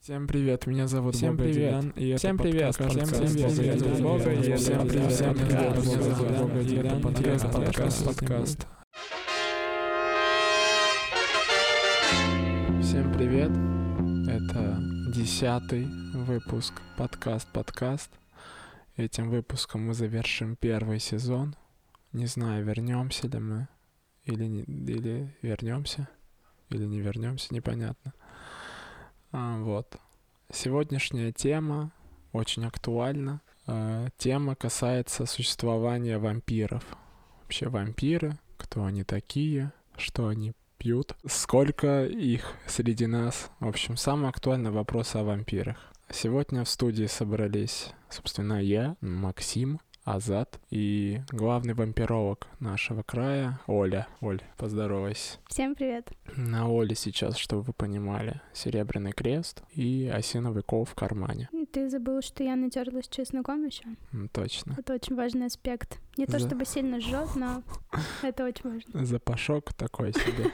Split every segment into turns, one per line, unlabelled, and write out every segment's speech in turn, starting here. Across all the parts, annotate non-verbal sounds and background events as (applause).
Всем привет, меня зовут
Всем
Бога
привет.
Демьян, и это
Всем
подкаст
привет, всем
«Подкаст
привет,
Бога
меня зовут
Демьян».
Бога, и это
Всем привет, всем
подкаст
привет,
«Подкаст
меня зовут
Бога
Бога
Демьян»,
Демьян,
и это
подкаст, подкаст,
подкаст,
подкаст. Всем привет, это десятый выпуск подкаст подкаст. Этим выпуском мы завершим первый сезон. Не знаю, вернемся ли мы или не, или вернемся, или не вернемся, непонятно. А, вот. Сегодняшняя тема очень актуальна. Э, тема касается существования вампиров. Вообще вампиры, кто они такие, что они пьют, сколько их среди нас. В общем, самый актуальный вопрос о вампирах. Сегодня в студии собрались, собственно, я, Максим, Азат и главный вампиролог нашего края Оля. Оль, поздоровайся.
Всем привет.
На Оле сейчас, чтобы вы понимали, серебряный крест и осиновый кол в кармане.
Ты забыл, что я натерлась чесноком еще.
М, Точно.
Это очень важный аспект. Не то
За-
чтобы сильно жжет, но это очень важно.
Запашок такой себе.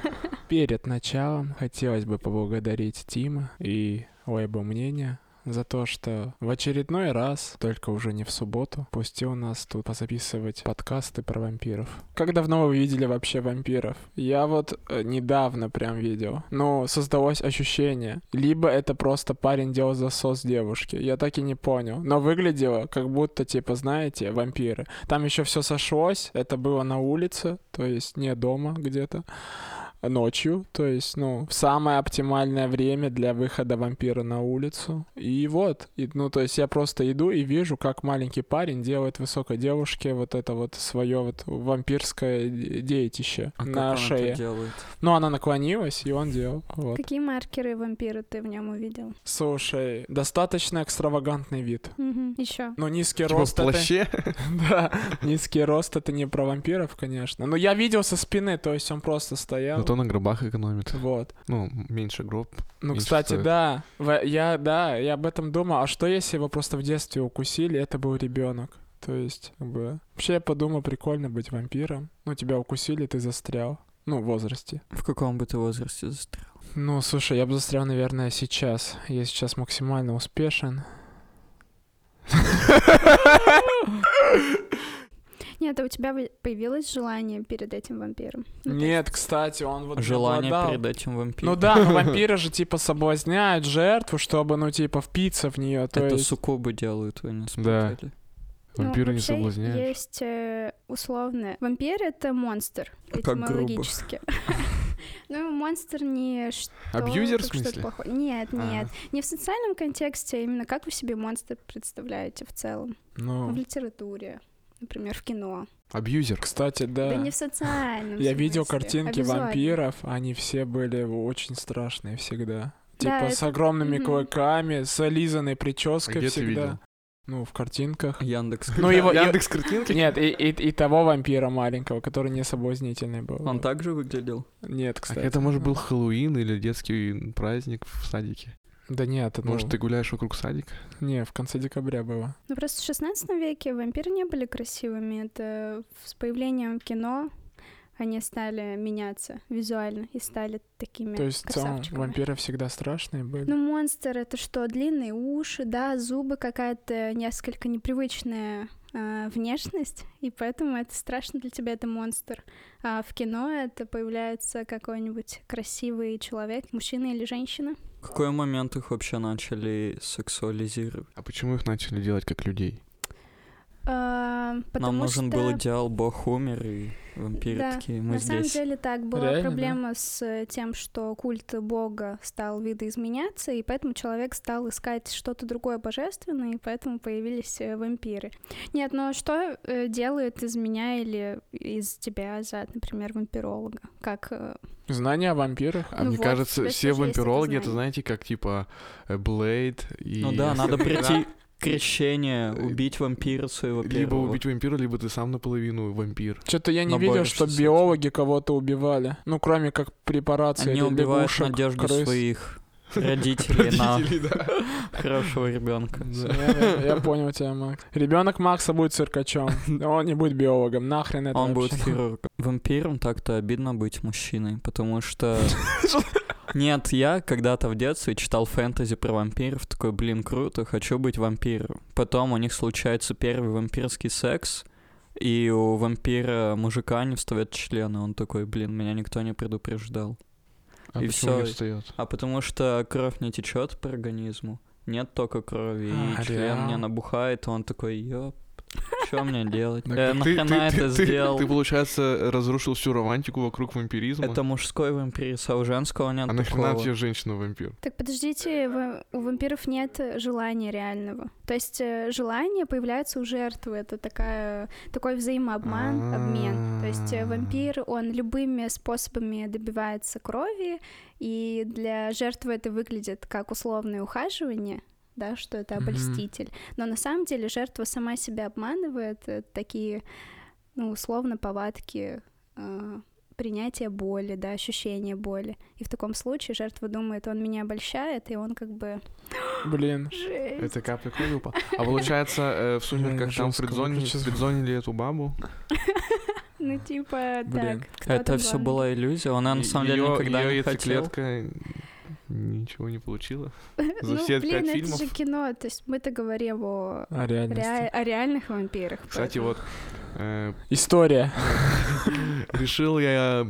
Перед началом хотелось бы поблагодарить Тима и Лейбо Мнения за то, что в очередной раз, только уже не в субботу, пустил нас тут позаписывать подкасты про вампиров. Как давно вы видели вообще вампиров? Я вот э, недавно прям видел. Но создалось ощущение. Либо это просто парень делал засос девушки. Я так и не понял. Но выглядело, как будто, типа, знаете, вампиры. Там еще все сошлось. Это было на улице, то есть не дома где-то ночью, то есть, ну, в самое оптимальное время для выхода вампира на улицу. И вот, и, ну, то есть я просто иду и вижу, как маленький парень делает высокой девушке вот это вот свое вот вампирское де- деятище
А как
на
она
шее.
это делает?
Ну, она наклонилась, и он делал. Вот.
(laughs) Какие маркеры вампира ты в нем увидел?
Слушай, достаточно экстравагантный вид.
Еще.
Но низкий
Типа в
рост это...
плаще? (laughs)
Да, (laughs) низкий рост это не про вампиров, конечно. Но я видел со спины, то есть он просто стоял.
Зато на гробах экономит.
Вот.
Ну, меньше гроб.
Ну,
Меньше
кстати,
стоит.
да. В- я, да, я об этом думал. А что если его просто в детстве укусили, и это был ребенок? То есть, как бы... Вообще, я подумал, прикольно быть вампиром. Ну, тебя укусили, ты застрял. Ну, в возрасте.
В каком бы ты возрасте застрял?
Ну, слушай, я бы застрял, наверное, сейчас. Я сейчас максимально успешен.
Нет, а у тебя вы- появилось желание перед этим вампиром? Ну, то
Нет, кстати, он вот...
Желание
обладал-
перед этим вампиром.
Ну да, но вампиры же типа соблазняют жертву, чтобы, ну, типа, впиться в нее. То
это
есть...
суккубы делают, вы не
Да.
смотрели.
Ну,
Вампиры не
вообще
соблазняют.
Есть э, условно. Вампир это монстр.
Как грубо.
Этимологически. (laughs) Ну, монстр не что,
Абьюзер, в
как что-то
смысле? А.
плохое. Нет, нет. Не в социальном контексте, а именно как вы себе монстр представляете в целом. В
Ну,
литературе, например, в кино.
А, Абьюзер.
кстати, да.
Да не в
(laughs)
социальном
Я видел
смысле, а
картинки
визуально.
вампиров, они все были очень страшные всегда.
Да,
Типа с огромными
мгм.
клыками, с лизаной прической
А где ты
всегда.
видел?
Ну, в картинках.
Яндекс.
Ну, его- я-
(laughs)
Яндекс картинки?
Нет, и, и- и того вампира маленького, который не соблазнительный был.
Он так же выглядел?
Нет,
А
кстати.
это, может, был Хэллоуин или детский праздник в садике?
Да нет, это
Может,
ну,
ты гуляешь вокруг садика?
Не, в конце декабря было.
Ну просто в 16 веке вампиры не были красивыми. Это с появлением кино они стали меняться визуально и стали такими
То есть в целом
красавчиками.
вампиры всегда страшные были.
Ну, монстр это что? Длинные уши, да, зубы какая-то несколько непривычная э, внешность, и поэтому это страшно для тебя, это монстр. А в кино это появляется какой-нибудь красивый человек, мужчина или женщина.
В какой момент их вообще начали сексуализировать?
А почему их начали делать как людей?
А, потому
Нам нужен
что...
был идеал, бог умер, и вампиры
Да,
такие, мы
На самом
здесь.
деле так была
Реально, да?
проблема с э, тем, что культ Бога стал видоизменяться, и поэтому человек стал искать что-то другое божественное, и поэтому появились э, вампиры. Нет, но что э, делает из меня или из тебя, Азат, например, вампиролога? Как э,
Знания о вампирах.
А
Ну
мне
вот, у
кажется,
тебя
все
тоже есть это
вампирологи, это,
знание.
знаете, как, типа, Блейд и...
Ну да,
(laughs)
надо прийти крещение,
Э,
убить вампира своего
Либо
первого.
убить вампира, либо ты сам наполовину вампир.
Что-то я не
Но
видел,
борешься
что
с этим.
биологи кого-то убивали. Ну, кроме как препарации
Они
или
убивают
лягушек,
надежду
крыс. (laughs)
своих родителей на
Родители, да.
(laughs) хорошего ребенка.
Да, Я я понял тебя, Макс. Ребенок Макса будет
(laughs)
циркачом. Он не будет биологом. Нахрен это
Он будет (laughs)
вообще?
(laughs)
хирургом. Вампиром так-то обидно быть мужчиной, потому что Нет, я когда-то в детстве читал фэнтези про вампиров, такой, блин, круто, хочу быть вампиром. Потом у них случается первый вампирский секс, и у вампира мужика не встает члена. Он такой, блин, меня никто не предупреждал.
А
И
почему не
всё.
встает?
А потому что кровь не течет по организму, нет тока крови, и
А,
член не
реал.
набухает, и он такой, ёп, что мне делать?
Так
Э,
ты- ты-
Нахрена
ты-
это
ты-
сделал?
Ты, получается, разрушил всю романтику вокруг вампиризма.
Это мужской вампирис, а у женского нет
А нахрена
такого.
тебе женщина-вампир?
Так подождите, ва- у вампиров нет э, желания реального. То есть э, желание появляется у жертвы. Это такая, такой взаимообман, обмен. То есть э,
А.
вампир, он любыми способами добивается крови, и для жертвы это выглядит как условное ухаживание, да, что это
Мгм.
обольститель. Но на самом деле жертва сама себя обманывает. э, такие, ну, условно, повадки э, принятие боли, да, ощущение боли. И в таком случае жертва думает, он меня обольщает, и он как бы...
Блин.
Жесть.
Это капля крови упала. А получается, э, в сумерках там
жёстко
придзонили
выключил.
придзонили эту бабу.
Ну, типа,
Блин.
так. кто
Это
там
все
главный?
была иллюзия, он, А на
И-
самом деле,
её-
никогда
её
не хотел.
яйцеклетка ничего не получила. За
Ну,
все
блин,
пять
это
фильмов.
же кино, то есть мы-то говорим о,
О реальности.
реа- о реальных вампирах.
Кстати,
поэтому-
вот э,
История.
решил я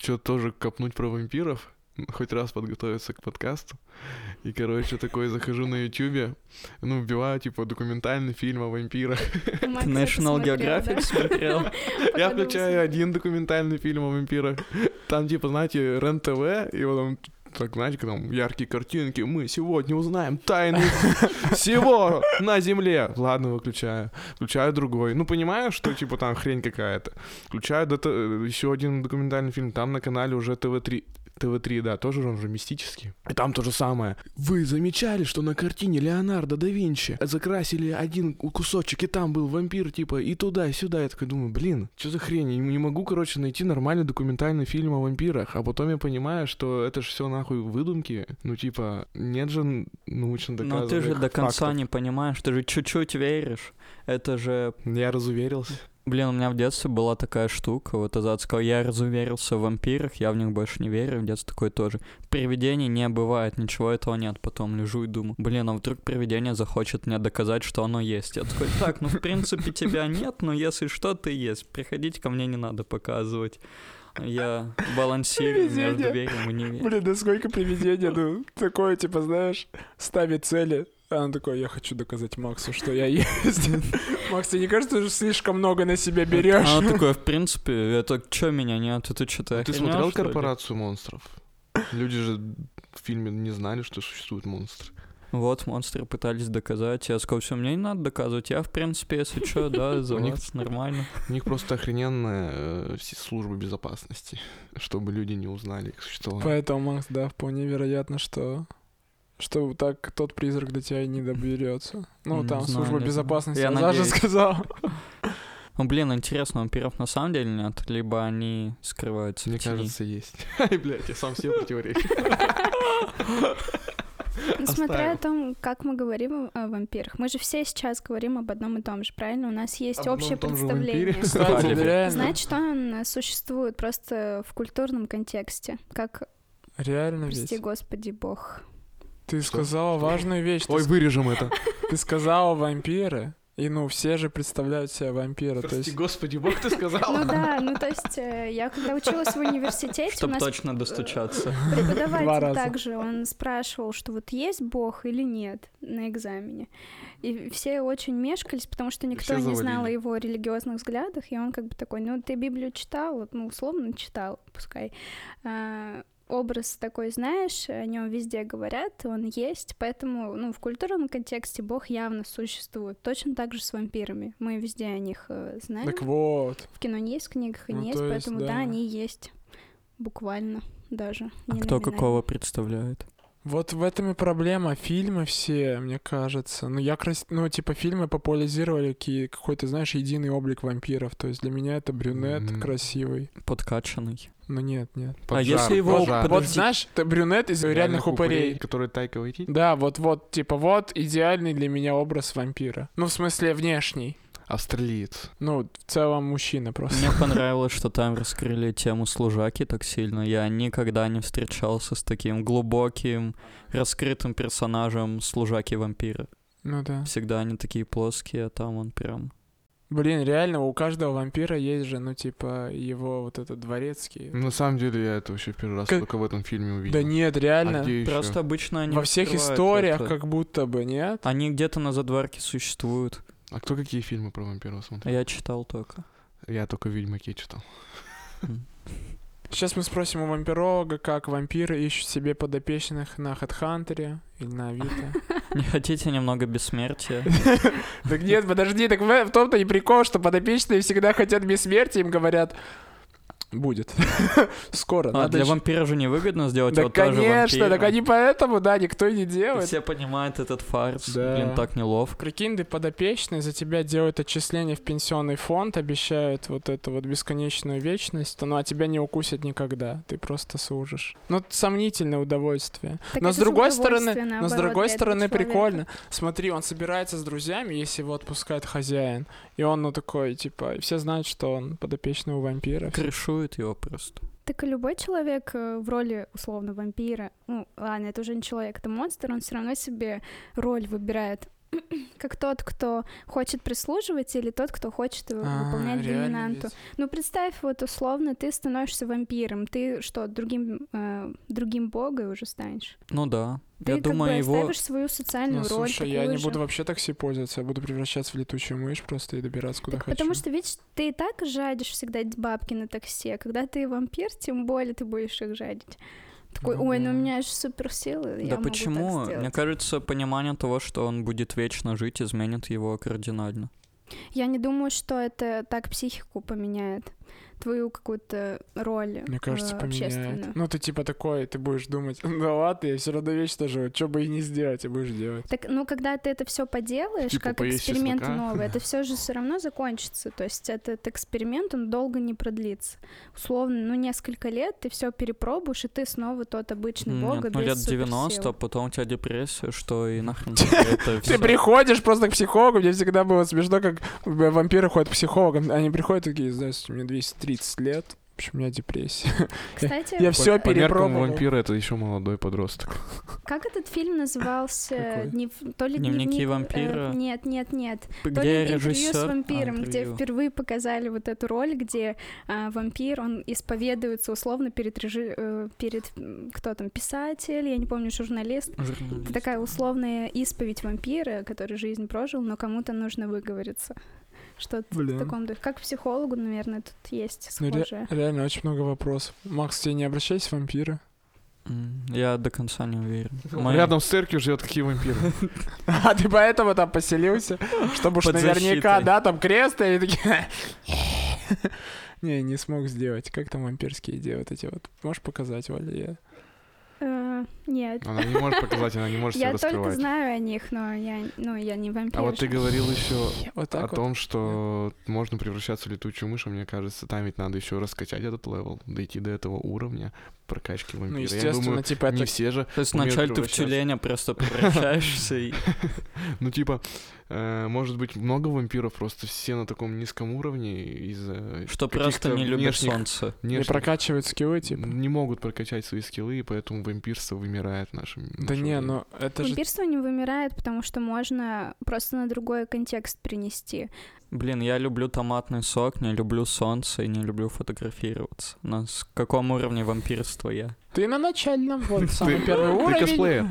что-то тоже копнуть про вампиров, хоть раз подготовиться к подкасту. И, короче, такой захожу на Ютубе, ну, вбиваю, типа, документальный фильм о вампирах.
Макс
Ты
это
National
смотрел,
Geographic
да?
(laughs)
смотрел?
Пока
Я
думал,
включаю один документальный фильм о вампирах. Там, типа, знаете, РЕН-ТВ, и вот он так, знаете, как там яркие картинки. Мы сегодня узнаем тайны всего на Земле. Ладно, выключаю. Включаю другой. Ну, понимаю, что, типа, там хрень какая-то. Включаю еще один документальный фильм. Там на канале уже ТВ-3. ТВ-3, да, тоже он же мистический. И там то же самое. Вы замечали, что на картине Леонардо да Винчи закрасили один кусочек, и там был вампир, типа, и туда, и сюда. Я такой думаю, блин, что за хрень? Я не могу, короче, найти нормальный документальный фильм о вампирах. А потом я понимаю, что это же все нахуй выдумки. Ну, типа, нет же научно
Но
доказанных
Ну, ты же до конца
фактов.
не понимаешь, ты же чуть-чуть веришь. Это же
Я разуверился.
Блин, у меня в детстве была такая штука, вот Азат сказал, я разуверился в вампирах, я в них больше не верю, в детстве такое тоже. Привидений не бывает, ничего этого нет, потом лежу и думаю, блин, а вдруг привидение захочет мне доказать, что оно есть. Я такой, так, ну в принципе тебя нет, но если что, ты есть, приходить ко мне не надо показывать. Я балансирую между
Привидение.
верим и неверием.
Блин, да сколько привидений, ну, такое, типа, знаешь, ставит цели, а он такой, я хочу доказать Максу, что я
(laughs)
есть. Макс, тебе не кажется, ты же слишком много на себя берешь?
А Оно такое, в принципе, это чё меня нет, это что-то
А Ты смотрел корпорацию монстров? Люди же в фильме не знали, что существуют монстры.
Вот, монстры пытались доказать. Я сказал, все, мне не надо доказывать. Я, в принципе, если что,
(laughs)
да, за
У них-
вас нормально.
У них просто охрененная э, си- служба безопасности, чтобы люди не узнали их существование.
Поэтому, Макс, да, вполне вероятно, что что так тот призрак до тебя и не доберется. Ну,
Не
там,
знаю,
служба
не знаю.
безопасности,
Я
она же
надеюсь.
сказал.
Ну, блин, интересно, вампиров на самом деле нет, либо они скрываются
Мне
в тени.
кажется, есть. (laughs) Ай, блядь, я сам себе противоречу.
Ну, смотря о
Оставим.
том, как мы говорим о о вампирах. Мы же все сейчас говорим об одном и том же, правильно? У нас есть
Об одном и
общее
том же
представление.
(laughs) вампире.
Кстати,
Алиби.
реально,
Значит, он э, существует просто в культурном контексте, как,
реально
прости
ведь.
господи, бог.
Ты
Что?
сказала важную вещь. ты
Ой, вырежем это.
Ты сказала вампиры, и ну все же представляют себя вампира. То
Прости,
есть
господи, бог ты сказал.
Ну
(laughs)
да, ну то есть э, я когда училась в университете, у
Чтобы
нас
точно
(laughs)
достучаться.
Два
преподаватель
раза.
также, он спрашивал, что вот есть бог или нет на экзамене. И все очень мешкались, потому что никто
все
не
завалили.
знал о его религиозных взглядах, и он как бы такой, ну ты Библию читал, вот, ну условно читал, пускай. А, образ такой, знаешь, о нем везде говорят, он есть, поэтому, ну, в культурном контексте бог явно существует. Точно так же с вампирами. Мы везде о них э, знаем.
так вот.
В кино не есть, в книгах и
Ну,
не есть,
то есть,
поэтому да.
да.
они есть. Буквально даже.
А
не
кто
номинально.
какого представляет?
Вот в этом и проблема. Фильмы все, мне кажется. Ну, я крас... Ну, типа, фильмы популяризировали ки- какой-то, знаешь, единый облик вампиров. То есть для меня это брюнет
М.
красивый.
(laughs)
Подкачанный.
Ну, нет, нет.
А если его...
пожар.
Вот,
Подожди,
знаешь, это брюнет из реальных упырей.
Которые Тайка Вайтити.
Да, вот-вот, типа, вот идеальный для меня образ вампира. Ну, в смысле, внешний.
Австралиец.
Ну, в целом мужчина просто.
Мне понравилось, что там раскрыли тему служаки так сильно. Я никогда не встречался с таким глубоким, раскрытым персонажем служаки-вампира.
Ну да.
Всегда они такие плоские, а там он прям...
Блин, реально, у каждого вампира есть же, ну, типа, его вот этот дворецкий.
На самом деле, я это вообще первый раз
Как-
только в этом фильме увидел.
Да нет,
А
реально.
где ещё?
Просто обычно они...
Во всех
раскрывают
историях
это.
как будто бы, нет?
Они где-то на задварке существуют.
А кто какие фильмы про вампиров
А
смотрел?
я читал только. (laughs)
Я только «Ведьмаки» читал.
Сейчас мы спросим у вампиролога, как вампиры ищут себе подопечных на Хедхантере или на
(laughs)
Авито.
Не хотите немного бессмертия?
Так нет, подожди, так в в том-то и прикол, что подопечные всегда хотят бессмертия, им говорят, будет. (laughs) Скоро,
А
надо
для
ещё».
вампира же невыгодно сделать
Да,
его тоже
конечно, так
вампиром.
они поэтому, да, никто и не
И
делает.
Все понимают этот фарс.
Да.
Блин, так неловко.
Прикинь, ты подопечный, за тебя делают отчисление в пенсионный фонд, обещают вот эту вот бесконечную вечность, ну а тебя не укусят никогда, ты просто служишь. Ну, сомнительное удовольствие.
Так
но
это
с другой
удовольствие,
стороны, но с
наоборот,
другой
для этого
стороны
человека.
прикольно. Смотри, он собирается с друзьями, если его отпускает хозяин, и он ну такой, типа, и все знают, что он подопечный у вампира.
Крышуют его просто.
Так и любой человек э, в роли условно вампира, ну ладно, это уже не человек, это монстр, он все равно себе роль выбирает. (clears throat) Как тот, кто хочет прислуживать, или тот, кто хочет э,
А,
выполнять
реально
доминанту.
ведь.
Ну, представь, вот условно, ты становишься вампиром. Ты что, другим, э, другим богой уже станешь?
Ну да.
Ты
Я
как
думаю,
бы
его...
ставишь свою социальную
Ну,
роль.
слушай, я
такую
не
же.
буду вообще такси пользоваться, я буду превращаться в летучую мышь просто и добираться куда
Так
хочу.
Потому что, видишь, ты и так жадишь всегда эти бабки на такси, а когда ты вампир, тем более ты будешь их жадить. Такой,
Ну
ой, ну у
да.
меня же суперсилы, я
Да
могу
почему?
так
Мне
сделать».
кажется, понимание того, что он будет вечно жить, изменит его кардинально.
Я не думаю, что это так психику поменяет, твою какую-то роль
Мне кажется,
э,
поменяет.
общественную.
Ну, ты типа такой, ты будешь думать, ну ладно, я все равно вечно живу, что бы и не сделать, и будешь делать.
Так, ну, когда ты это все поделаешь,
Типа
как
поесть
эксперимент
чеснока.
новый, это все же все равно закончится. То есть этот эксперимент, он долго не продлится. Условно, ну, несколько лет ты все перепробуешь, и ты снова тот обычный бога
Нет, ну
без
лет 90, а
суперсил.
потом у тебя депрессия, что
(laughs)
и нахрен тебе это
Ты
всё.
приходишь просто к психологу, мне всегда было смешно, как в- вампиры ходят к психологам, они приходят такие, здравствуйте, мне 230 лет, в общем, у меня депрессия.
Кстати,
Я все
По меркам
перепробовал.
вампира это еще
(laughs)
молодой подросток.
как этот фильм назывался?
Какой?
Днев- То ли
Дневники
дневник, э,
вампира?
нет, нет, нет. То
Где
ли интервью
режиссер?
с
А,
вампиром, где
интервью.
впервые показали вот эту роль, где а, вампир, он исповедуется условно перед, режи- э, перед м, кто там, писатель, я не помню, журналист.
Журналист.
Это такая условная исповедь вампира, который жизнь прожил, но кому-то нужно выговориться. Что-то
(laughs) Блин.
в таком духе. Как психологу, наверное, тут есть
Ну, ре-
схожее.
реально очень много вопросов. Макс, тебе не обращайся в вампира.
М, Я до конца не уверен. Мои-
Рядом с церковью живет какие вампиры.
(laughs) А ты поэтому там поселился, чтобы уж
Под
наверняка,
защитой.
да, там крест, и они такие... (laughs) Не, не смог сделать. Как там вампирские идеи вот эти вот? Можешь показать, Валя? Я-
Э, Нет.
Она не может показать, она не может себя
Я только
раскрывать.
знаю о них, но я, ну, я не вампир.
А вот ты говорил еще
Вот
о
так вот.
том, что можно превращаться в летучую мышь, а мне кажется, там ведь надо еще раскачать этот левел, дойти до этого уровня прокачки
Ну,
вампира. Я
естественно,
думаю,
типа это...
не все же.
То есть
умеют
вначале ты в
превращаться.
тюленя просто
(laughs)
превращаешься и...
Ну, типа, э, может быть, много вампиров, просто все на таком низком уровне из-за
Что
каких-то
просто не любит
внешних-
солнце.
Не
внешних-
прокачивают скиллы, типа.
не могут прокачать свои скиллы, и поэтому вампирство вымирает в нашем.
Да
наше
не,
время.
ну это же...
Вампирство не вымирает, потому что можно просто на другой контекст принести.
Блин, я люблю томатный сок, не люблю солнце и не люблю фотографироваться. На с каком уровне вампирства я?
Ты на начальном, вот самый
Ты-
первый
Ты
уровень.
косплеер.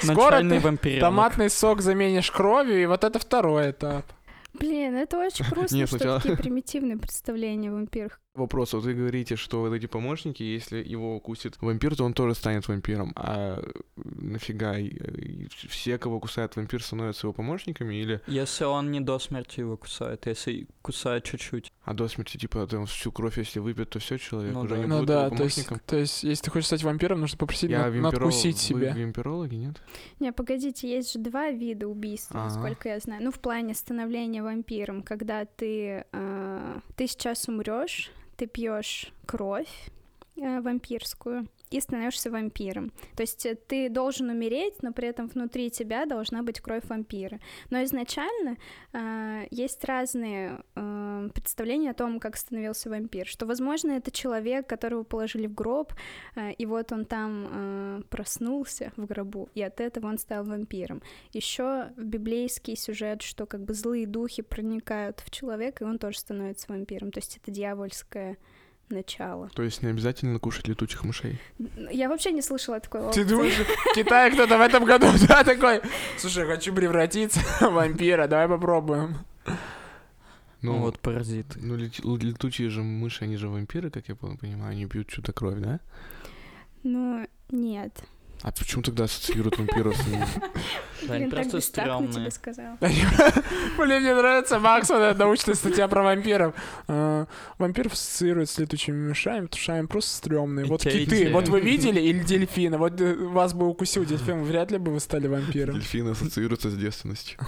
Скоро
Начальный
ты
вампиренок.
Томатный сок заменишь кровью, и вот это второй этап.
Блин, это
(laughs)
очень грустно,
Нет,
что
сначала-
такие примитивные представления о вампирах.
Вопрос, вот вы говорите, что вот эти помощники, если его укусит вампир, то он тоже станет вампиром. А нафига и- и все, кого кусает вампир, становятся его помощниками? Или
Если он не до смерти его кусает, если кусает чуть-чуть.
а до смерти, типа, там всю кровь, если выпьет, то все, человек
Ну
уже
да.
не
Ну
Э, будет
да,
его
то есть,
помощником?
то есть, если ты хочешь стать вампиром, нужно попросить
Я
над-
вампиролог.
надкусить
Вы
себя.
вампирологи, нет?
Не, погодите, есть же два вида убийств,
Ага.
насколько я знаю. Ну, в плане становления вампиром, когда ты, э, ты сейчас умрешь, ты пьешь кровь э, вампирскую, и становишься вампиром. То есть э, ты должен умереть, но при этом внутри тебя должна быть кровь вампира. Но изначально э, есть разные э, представления о том, как становился вампир. Что, возможно, это человек, которого положили в гроб, э, и вот он там э, проснулся в гробу, и от этого он стал вампиром. Еще библейский сюжет, что как бы злые духи проникают в человека, и он тоже становится вампиром. То есть это дьявольское начало.
То есть не обязательно кушать летучих мышей.
Н- Я вообще не слышала о такой опции.
Ты думаешь, в Китае кто-то в этом году, (laughs) да, такой, слушай, хочу превратиться в вампира, давай попробуем.
Ну, вот паразиты.
Ну, лет- л- летучие же мыши, они же вампиры, как я пон- понимаю, они пьют чью-то кровь, да?
Ну, нет.
А почему тогда ассоциируют вампиров с ними?
(laughs)
Да, они
Блин, так
просто
бестактно тебе
стрёмные.
сказала.
Блин, мне нравится Макс, вот эта научная статья про вампиров. Э, Вампиров ассоциируют с летучими мышами, потому что они просто стрёмные.
И
Вот
те, и
киты,
те.
вот вы видели, или дельфина, вот э, вас бы укусил дельфин, вряд ли бы вы стали вампиром.
Дельфины ассоциируются с девственностью.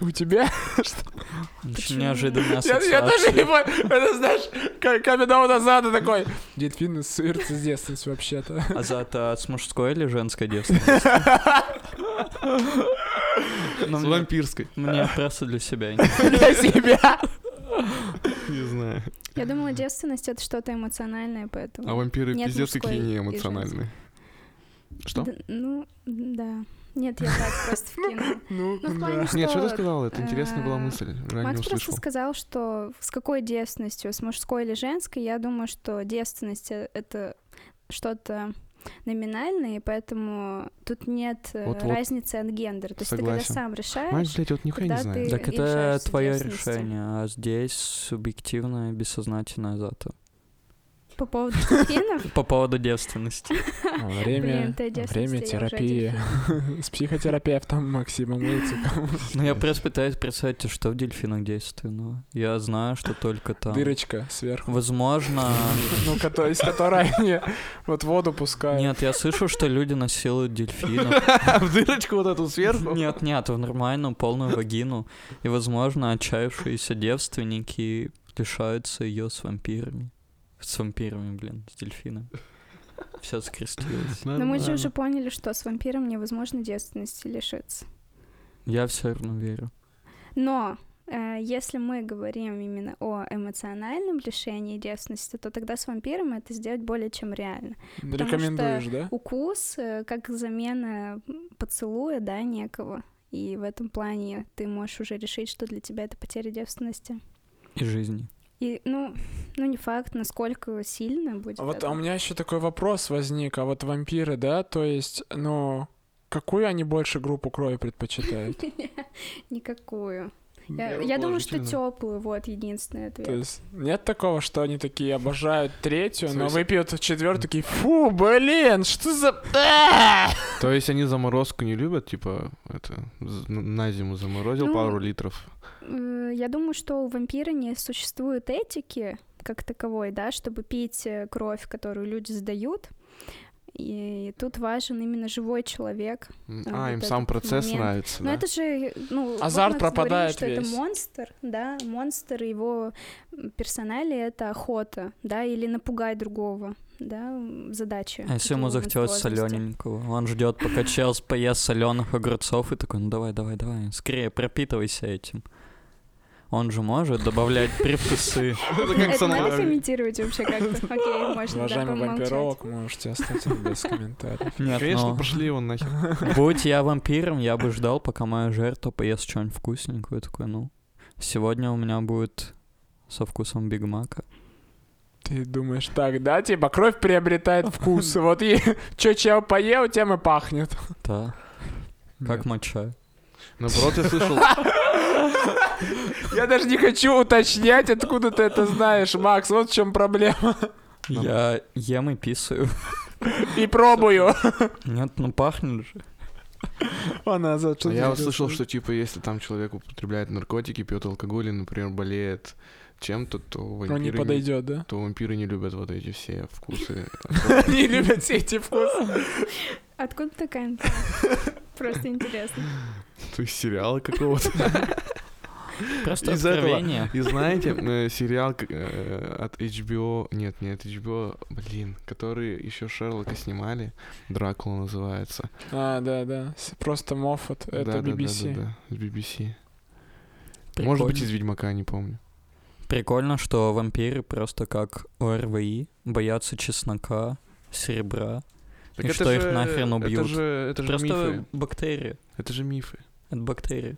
У тебя?
Очень
Почему?
неожиданная
Я, я даже
ассоциация.
не понял, это знаешь, как камедаун Азата такой, дельфин ассоциируется с детства вообще-то. (laughs)
А за это с мужской или женской девственностью? Ну,
С
мне-
вампирской.
Мне просто для себя
(laughs)
интересно.
Для себя.
Не знаю.
Я думала, девственность — это что-то эмоциональное, поэтому...
А вампиры
Нет
пиздец какие
мужской и
неэмоциональные. Что?
Д- ну, м, да. Нет, я так просто вкинула.
(laughs) Ну,
Ну, в плане,
да.
что-
Нет, что ты сказал? Это интересная была
э,
мысль. Я не
Макс просто
услышал.
сказал, что с какой девственностью, с мужской или женской, я думаю, что девственность — это что-то номинальное, и поэтому тут нет э,
Вот-вот.
разницы от гендера. То есть ты
Согласен.
когда сам решаешь,
Макс, блядь, вот нихуя не
когда
знаю.
ты-
Так
и
это
лишаешься
твое
девственности.
решение, а здесь субъективное, бессознательное зато.
по поводу
(laughs)
дельфинов,
По поводу девственности.
Время,
Блин, ты о девственности,
время
я уже о
терапии (laughs) с психотерапевтом Максимом Луциком.
Ну, я просто пытаюсь представить, что в дельфинах действенного. Я знаю, что только там.
Дырочка сверху.
Возможно...
(laughs) Ну, кото- из которой они вот воду пускают.
Нет, я слышал, что люди насилуют дельфинов.
В дырочку вот эту (laughs) сверху?
Нет, нет, в нормальную полную вагину. И, возможно, отчаявшиеся девственники лишаются ее с вампирами. С вампирами, блин, с дельфином. Все скрестилось.
но мы же уже поняли, что с вампиром невозможно девственности лишиться.
Я все равно верю.
Но э, если мы говорим именно о эмоциональном лишении девственности, то тогда с вампиром это сделать более чем реально.
Рекомендуешь, да?
Укус э, как замена м, поцелуя, да, некого. И в этом плане ты можешь уже решить, что для тебя это потеря девственности.
И жизни.
И, ну, ну не факт, насколько сильно будет.
А Вот
это.
а у меня еще такой вопрос возник. А вот вампиры, да, то есть, ну, какую они больше группу крови
(laughs)
предпочитают?
(laughs) Никакую. Я, я думаю, что теплую, вот единственный ответ.
То есть нет такого, что они такие обожают третью, но
Слушай.
выпьют четвертую, такие, фу, блин, что за... а!»
То есть они заморозку не любят, типа, это, з- н- на зиму заморозил
Ну,
пару литров.
Э, Я думаю, что у вампира не существует этики как таковой, да, чтобы пить э, кровь, которую люди сдают. И тут важен именно живой человек.
М,
а,
А, им
вот
сам
этот
процесс
момент.
нравится,
Но
да?
это же, ну,
типа, Азарт
вот Макс говорил,
пропадает
что
весь.
это монстр, да, монстр его персонали это охота, да, или напугай другого, да, м, задача.
А если ему
Э, какие у нас
захотелось
сложности.
солененького? Он ждет, пока Челс поест соленых огурцов и такой, ну давай, давай, давай, скорее пропитывайся этим. Он же может добавлять
(laughs)
(laughs)
привкусы.
Это
Это надо
сонар.
комментировать вообще как-то.
(laughs)
Окей, можно да,
Уважаемый
помолчать.
вампиролог, можете остаться
(laughs)
без комментариев.
Нет,
Конечно,
ну,
пошли (laughs) его нахер.
будь я вампиром, я бы ждал, пока моя жертва поест что-нибудь вкусненькое. Такой, ну, сегодня у меня будет со вкусом Биг Мака.
Ты думаешь так, да? Типа кровь приобретает (laughs) вкус. Вот и чё чел поел, тем и пахнет.
Да, как
Нет.
моча.
Наоборот, я слышал,
Я даже не хочу уточнять, откуда ты это знаешь, Макс. Вот в чем проблема. (laughs)
Нам-
Я ем и писаю.
И пробую.
Нет, ну пахнет же.
(laughs) Она за
а я услышал, что, типа, если там человек употребляет наркотики, пьет алкоголь и, например, болеет чем-то, то
Он не
вампиры не-
подойдет, да? (laughs)
то вампиры не любят вот эти все вкусы. (laughs)
Не любят все эти вкусы. (laughs)
Откуда такая информация? Просто интересно.
(laughs)
То есть сериала какого-то.
Просто
Из этого.
откровение.
И знаете, э, сериал к- э, от HBO, нет, не от HBO, блин, который еще Шерлока снимали, Дракула называется.
А, да, да. С- Просто э, Моффат. Это
Да-да-да-да-да,
BBC.
с BBC. Может быть, из Ведьмака, не помню.
Прикольно, что вампиры просто как ОРВИ боятся чеснока, серебра.
Так
И
это
что их
же-
нахрен
Это
убьют?
же, это же
просто
мифы.
бактерии.
Это же мифы.
Это
(laughs)
бактерии.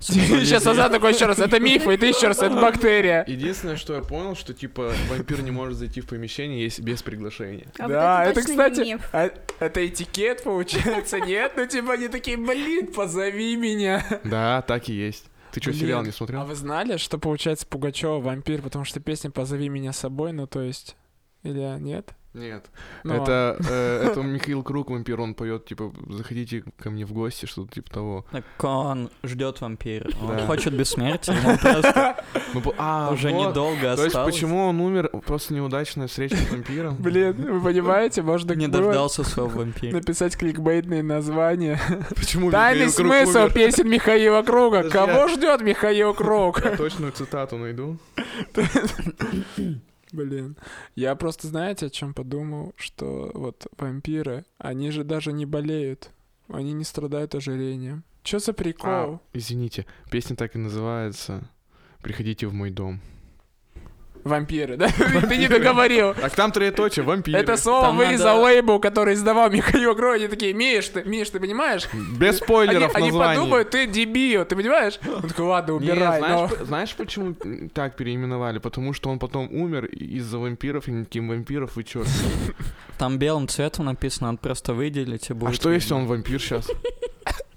(laughs) Сейчас Азат такой еще раз. Это миф, и ты еще раз. Это бактерия.
Единственное, что я понял, что типа вампир не может зайти в помещение если без приглашения.
(laughs)
А вот
Да, это,
точно не
кстати,
миф.
А- это этикет, получается, нет? Ну, типа, они такие, блин, позови меня.
Да, так и есть. Ты что,
Блин.
сериал не
А
смотрел?
вы знали, что, получается, Пугачева вампир, потому что песня «Позови меня с собой», ну, то есть... Или нет?
Нет.
Ну,
Это, э, это Михаил Круг, вампир, он поет, типа, заходите ко мне в гости, что-то типа того.
Так он ждет вампира. Он
Да.
хочет бессмертия,
(laughs)
ему просто
Ну, по- а,
уже
вот.
недолго
То есть
осталось.
почему он умер? Просто неудачная встреча
(laughs)
с вампиром.
Блин, вы понимаете, можно
Не
было
дождался своего
(laughs)
вампира.
написать кликбейтные названия.
Почему
Тайный
Михаил Круг
смысл
умер?
песен Михаила Круга.
Подожди,
Кого ждет Михаил
(laughs)
Круг? (laughs)
Я точную цитату найду.
Блин. Я просто, знаете, о чем подумал? Что вот вампиры, они же даже не болеют. Они не страдают ожирением. Чё за
А,
прикол?
извините, песня так и называется «Приходите в мой дом».
Вампиры, да? (laughs) Ты не договорил.
Так там троеточие, вампиры.
Это слово
Там
вырезал
надо-
лейбл, который издавал Михаил Круг. Они такие, Миш, ты, Миш, ты понимаешь?
Без
Они,
спойлеров
они
названий.
подумают, ты дебил, ты понимаешь? Он такой, ладно,
Не,
убирай. но-
знаешь, п- знаешь, почему так переименовали? Потому что он потом умер и- из-за вампиров, и никаким вампиров, вы чё?
(laughs) Там белым цветом написано, надо просто выделить и будет.
А что если
видно.
он вампир сейчас?
(laughs)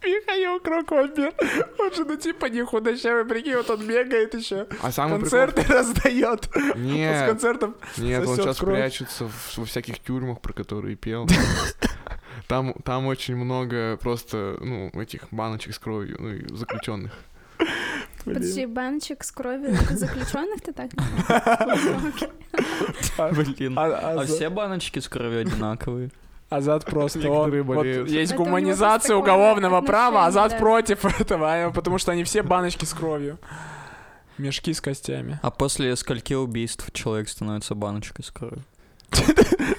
Михаил Круг вампир. Он же, ну, типа, не худощавый, прикинь, вот он бегает еще.
А самый
Концерты раздает.
прикол-
Он С
Нет,
концертом.
нет, он
сосёт
сейчас
кровь.
прячется в- во всяких тюрьмах, про которые (laughs) пел. Там, там очень много просто, ну, этих баночек с кровью, ну, и заключенных.
(laughs)
Подожди, баночек с кровью заключенных ты так?
(laughs) Блин.
А,
А все баночки с кровью одинаковые.
Азат просто он,
Некоторые
вот
болеют.
есть
Это у него
гуманизация
просто такое
уголовного права,
отношение,
Азат
да.
против (laughs) этого, а, потому что они все баночки с кровью. Мешки с костями.
А после скольки убийств человек становится баночкой с кровью?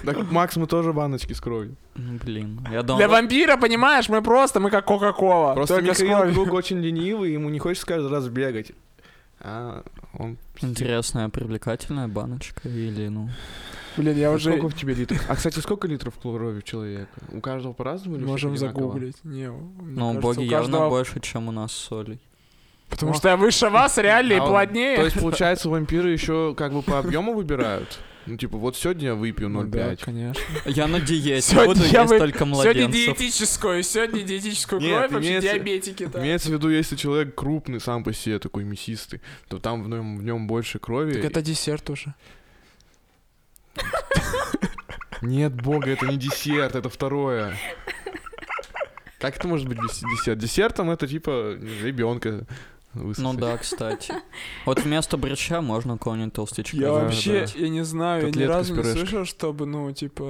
Так, Макс, мы тоже баночки с кровью.
Ну, блин. Я думал,
Для вампира, понимаешь, мы просто, мы как Кока-Кола.
Просто
только с
А, Михаил
кровью.
Круг очень ленивый, ему не хочется каждый раз бегать. А он...
интересная, привлекательная баночка или, ну...
Блин, я
А
уже
Сколько в тебе литров? А, кстати, сколько литров крови у человека? У каждого по-разному? или у всех
можем
одинаково?
загуглить. Не, мне
Ну,
кажется,
боги
у
явно
каждого-
больше, чем у нас соли.
Потому что я выше вас, реально, и
А он-
плотнее.
То есть, получается, вампиры еще как бы по объему выбирают? Ну, типа, вот сегодня я
(laughs)
выпью
Ну да,
0,5.
конечно.
Я на диете,
Сегодня
буду
я
есть
вы-
только
Сегодня
младенцев.
диетическую, сегодня диетическую
Нет,
кровь, вообще
имеется-
диабетики. да.
Имеется в виду, если человек крупный сам по себе, такой мясистый, то там в нем, в нем больше крови.
Так это десерт уже.
Нет, бога, это не десерт, это второе. Как это может быть без- десерт? Десертом это типа ребенка.
Ну да, кстати. Вот вместо брича можно кого-нибудь толстячка.
Я
Да,
забить.
вообще,
да.
я не знаю, я ни
Котлетка с
разу не
пюрешкой.
слышал, чтобы, ну,
(laughs)
типа,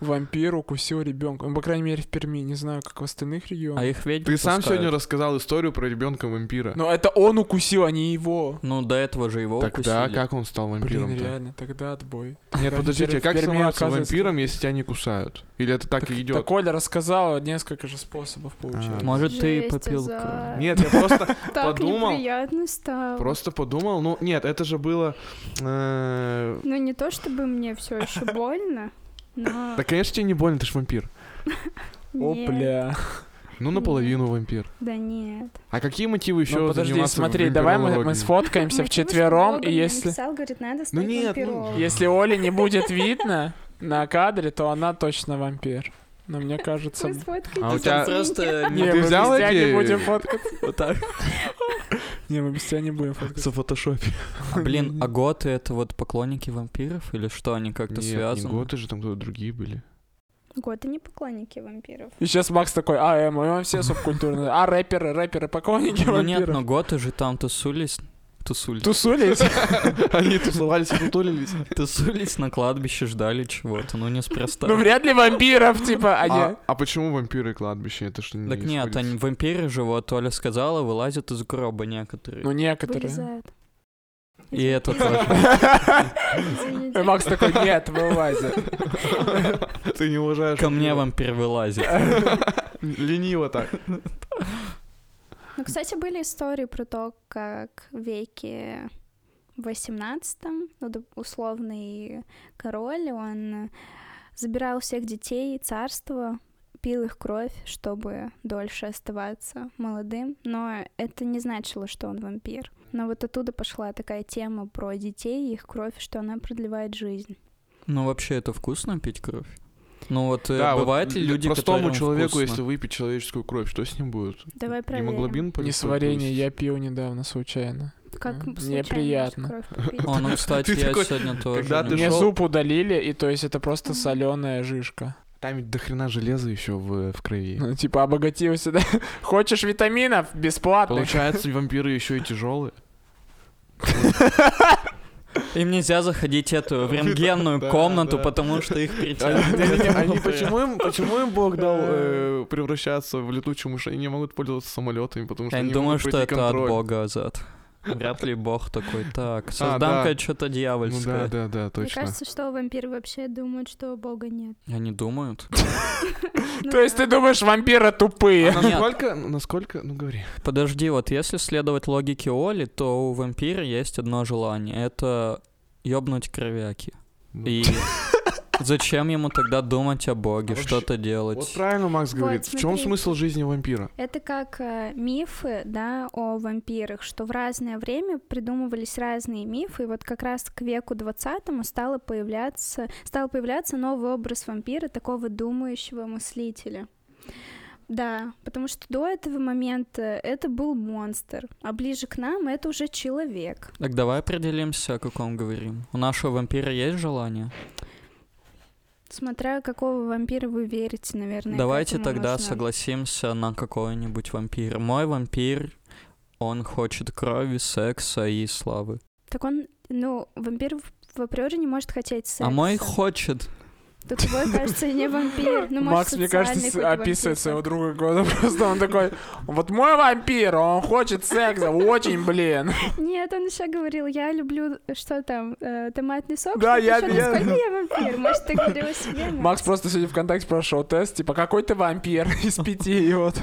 вампир укусил ребенка. Ну, по крайней мере, в Перми. Не знаю, как в остальных
А
регионах.
их ведь
Ты сам сегодня рассказал историю про ребенка вампира.
Но это он укусил, а не его.
Ну, до этого же его
Тогда
укусили.
как он стал
Блин,
вампиром-то?
реально, тогда отбой.
Нет,
Да,
подождите, а
теперь в
как
Перми
становятся
оказывается-
вампиром, если тебя не кусают? Или это так и
Да
идет?
Коля рассказала несколько же способов,
А.
получается.
Может, ты
Жесть,
попил
Азат.
крови?
Нет, я просто
(laughs)
Так
Подумал.
неприятно стало.
Просто подумал, ну нет, это же было... э,
Ну не то чтобы мне все еще больно, но
Да, конечно, тебе не больно, ты ж вампир.
О,
нет.
бля.
Ну, наполовину вампир.
Да нет.
А какие мотивы еще
Ну, подожди, смотри, давай мы, мы сфоткаемся
Мотивы, что
вчетвером,
Бога
и
мне
если...
написал, говорит, надо стать
нет, ну,
вампиром.
Если Оли не будет видно на кадре, то она точно вампир. Но мне кажется...
Вы сфоткаетесь,
А у
Там
тебя-
просто
Не,
не
А ты
мы
взял
без тебя
эти-
не будем фоткаться.
(laughs)
вот так.
(laughs) Не, мы без тебя не будем фоткаться.
фотошопе.
Блин, а готы это вот поклонники вампиров или что, они как-то связаны?
готы же там кто-то другие были.
Готы не поклонники вампиров.
И сейчас Макс такой, а, эм, мы все субкультурные. А, рэперы, рэперы, поклонники
Ну нет, но
вампиров.
готы же там тусулись Тусулись.
(laughs)
Тусулись?
Они тусовались и тутулились.
Тусулись на кладбище, ждали чего-то, ну неспроста.
Ну, вряд ли
(laughs)
вампиров, типа,
Типа. А
они...
а почему вампиры и кладбище? Это что не
Так нет,
сходится?
они вампиры же, вот Оля сказала, вылазят из гроба некоторые.
Ну, некоторые.
Вылезает.
И это тоже.
И Макс такой, нет, вылазит.
Ты не уважаешь.
(laughs) Ко мне
вампиров.
вампир вылазит.
Лениво так.
Ну, кстати, были истории про то, как в веке XVIII, ну, да, условный король, он забирал всех детей царства, пил их кровь, чтобы дольше оставаться молодым, но это не значило, что он вампир. Но вот оттуда пошла такая тема про детей и их кровь, что она продлевает жизнь.
Ну вообще это вкусно пить кровь? Ну вот э,
Да, вот
бывает ли
л-
люди,
Простому
которым
человеку,
вкусно?
если выпить человеческую кровь, что с ним будет?
Давай проверим.
(laughs)
Гемоглобин
Не
повис-
сварение,
повысится?
я пил недавно случайно.
Как
Мне
случайно
приятно.
можно кровь купить?
(laughs) О, ну, кстати,
(laughs) Ты
я
такой,
сегодня тоже.
когда ты
ну,
Мне
шёл-
зуб удалили, и то есть это просто соленая жишка.
Там ведь дохрена железа еще в, в крови.
Ну, типа, обогатился, (laughs) да? Хочешь витаминов?
А
Бесплатно.
Получается, вампиры еще и тяжелые.
Им нельзя заходить
(laughs)
эту в рентгенную
Да,
комнату,
(laughs) да.
потому что их
А, Они
(laughs) притянут.
они почему им почему им Бог дал э, превращаться в летучую мышь? Они не могут пользоваться самолетами, потому что
Я
они
не
не
думаю,
могут
что
пройти
это от
контроль. А,
бога Азат. Вряд ли бог такой. Так, создам-ка
да.
что-то
Ну да,
дьявольское.
да, да,
Мне
точно.
кажется, что вампиры вообще думают, что бога нет.
Они думают.
Ну
То есть
да.
ты думаешь, вампиры тупые?
А
Нет.
насколько, насколько, ну говори.
Подожди, вот если следовать логике Оли, то у вампира есть одно желание. Это ёбнуть кровяки.
(laughs)
И зачем ему тогда думать о боге,
А вообще-
что-то
Вот
делать?
правильно Макс
Вот,
говорит. В чем
смотри.
смысл жизни вампира?
Это как э, мифы, да, о вампирах, что в разное время придумывались разные мифы, и вот как раз к веку 20 стало появляться, стал появляться новый образ вампира, такого думающего мыслителя. Да, потому что до этого момента это был монстр, а ближе к нам это уже человек.
Так давай определимся, о каком говорим. У нашего вампира есть желание?
Смотря какого вампира вы верите, наверное. к
Давайте
этому
тогда
можно-
согласимся на какого-нибудь вампира. Мой вампир, он хочет крови, секса и славы.
Так он, ну, вампир в, в априори не может хотеть секса.
А мой хочет.
То твой, кажется, и не вампир. Ну, может,
Макс, мне кажется,
социальный
с-
хоть
описывает
вампир.
своего друга года. (laughs) Просто он такой, вот мой вампир, он хочет секса, очень,
(laughs)
блин.
Нет, он еще говорил, я люблю, что там, э, томатный сок.
Да,
что-то
я-
ещё.
я-
Насколько я вампир? Может, ты
(laughs)
говорила себе? ну,
Макс просто сегодня ВКонтакте прошел тест, типа, какой ты вампир (laughs) из пяти, и вот.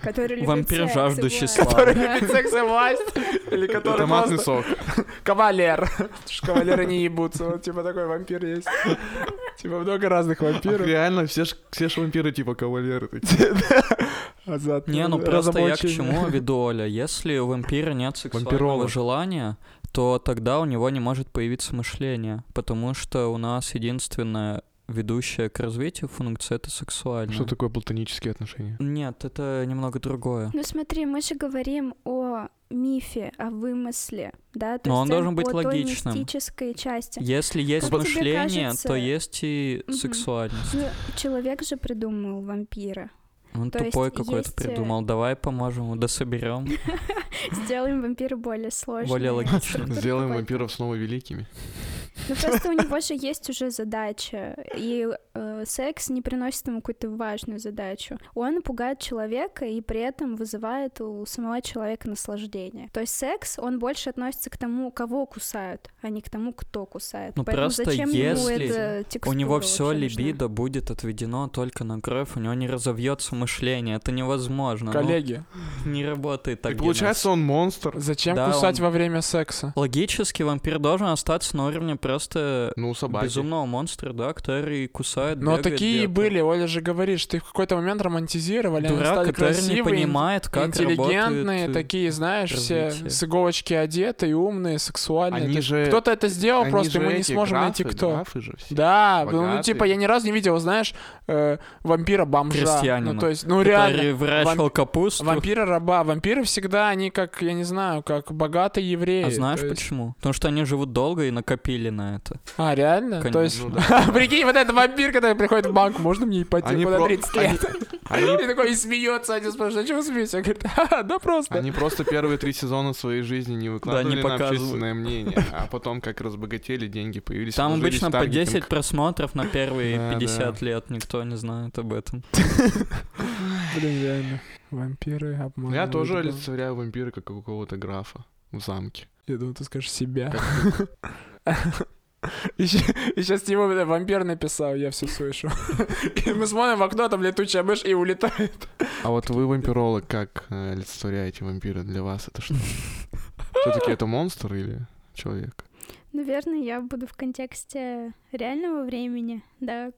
который любит
Вампир,
секс,
жаждущий
вот.
славы.
Который
Да.
любит секс и власть, или который
Томатный
просто
сок.
кавалер. Потому что кавалеры не ебутся, вот, типа, такой вампир есть. Типа, много разных
Ах,
вампиров.
реально, все ж, все ж вампиры типа кавалеры. такие.
А зато-
Не, ну просто я к
разоблачение.
чему веду, Оля. Если у вампира нет сексуального
Вампиролог.
желания, то тогда у него не может появиться мышление, потому что у нас единственная ведущая к развитию функция — это сексуальная.
Что такое платонические отношения?
Нет, это немного другое.
Ну смотри, мы же говорим о мифе, о вымысле, да? то
Но
есть
он должен
о
быть
той
логичным.
мистической части.
Если есть
тебе
мышление,
кажется-
то есть и
Мгм.
сексуальность.
Ну, человек же придумал вампира.
Он
Ну, То есть
тупой какой-то
есть, э,
придумал. Давай поможем ему, да
(laughs)
соберем.
Сделаем вампира более сложным.
Более логичным.
Сделаем вампиров снова великими.
Ну просто у него же есть уже задача, и э, секс не приносит ему какую-то важную задачу. Он пугает человека и при этом вызывает у самого человека наслаждение. То есть секс, он больше относится к тому, кого кусают, а не к тому, кто кусает.
Ну,
Поэтому
просто
зачем ему
если
эта
У
текстура
него все
вообще нужна?
либидо будет отведено только на кровь, у него не разовьется мышление, это невозможно. ну,
Коллеги,
не работает так.
Так получается,
Геннадий.
он монстр.
зачем
Да,
кусать
он-
во время секса?
логически вампир должен остаться на уровне просто
Ну, собаки.
безумного монстра, да, который кусает.
Но
бегает
такие и
где-то.
были, Оля же говорит, что их в какой-то момент романтизировали, они
Дурак,
стали
который не
красивые, ин-
понимает, как
интеллигентные,
работает, э,
такие, знаешь, все
развитие.
с иголочки одеты и умные, сексуальные.
Они
То-
же...
Кто-то это сделал
они
просто, и
же
мы не
эти
сможем найти
графы,
кто.
графы же все.
Да, ну, ну
богатые.
типа я ни разу не видел, знаешь, э, вампира-бомжа.
Крестьянина,
Ну то есть, ну реально,
который выращивал капусту.
вампира-раба. Вампиры всегда, они как, я не знаю, как богатые евреи.
А знаешь
То есть-
почему? Потому что они живут долго и накопили на на это.
А, реально?
Кон-
То есть...
Ну
(laughs) Прикинь, вот этот вампир, который приходит в банк, можно мне
Они
ипотеку на
про-
30
они-
лет? (laughs) И такой и смеется, один спрашивает, а чего вы смеетесь? Я говорю, «Ха-ха, да просто.
Они просто первые три сезона своей жизни не
Да,
выкладывали
не
на
показывают.
общественное мнение, а потом как разбогатели, деньги появились.
Там
вложились
обычно
в
по
таргетинг.
10 просмотров на
Да,
первые
да.
50 лет, никто не знает об этом.
Блин, реально. Вампиры обманывают.
Я тоже
Ну, да.
олицетворяю вампира как какого-то графа в замке.
Я думал, ты скажешь себя. (laughs) И сейчас Тима бля, э, вампир написал, я все слышу. (laughs) И мы смотрим в окно, там летучая мышь и улетает.
А вот вы, вампиролог, как э, олицетворяете вампира? Для вас это что? Все-таки это монстр или человек?
Наверное, я буду в контексте реального времени, да.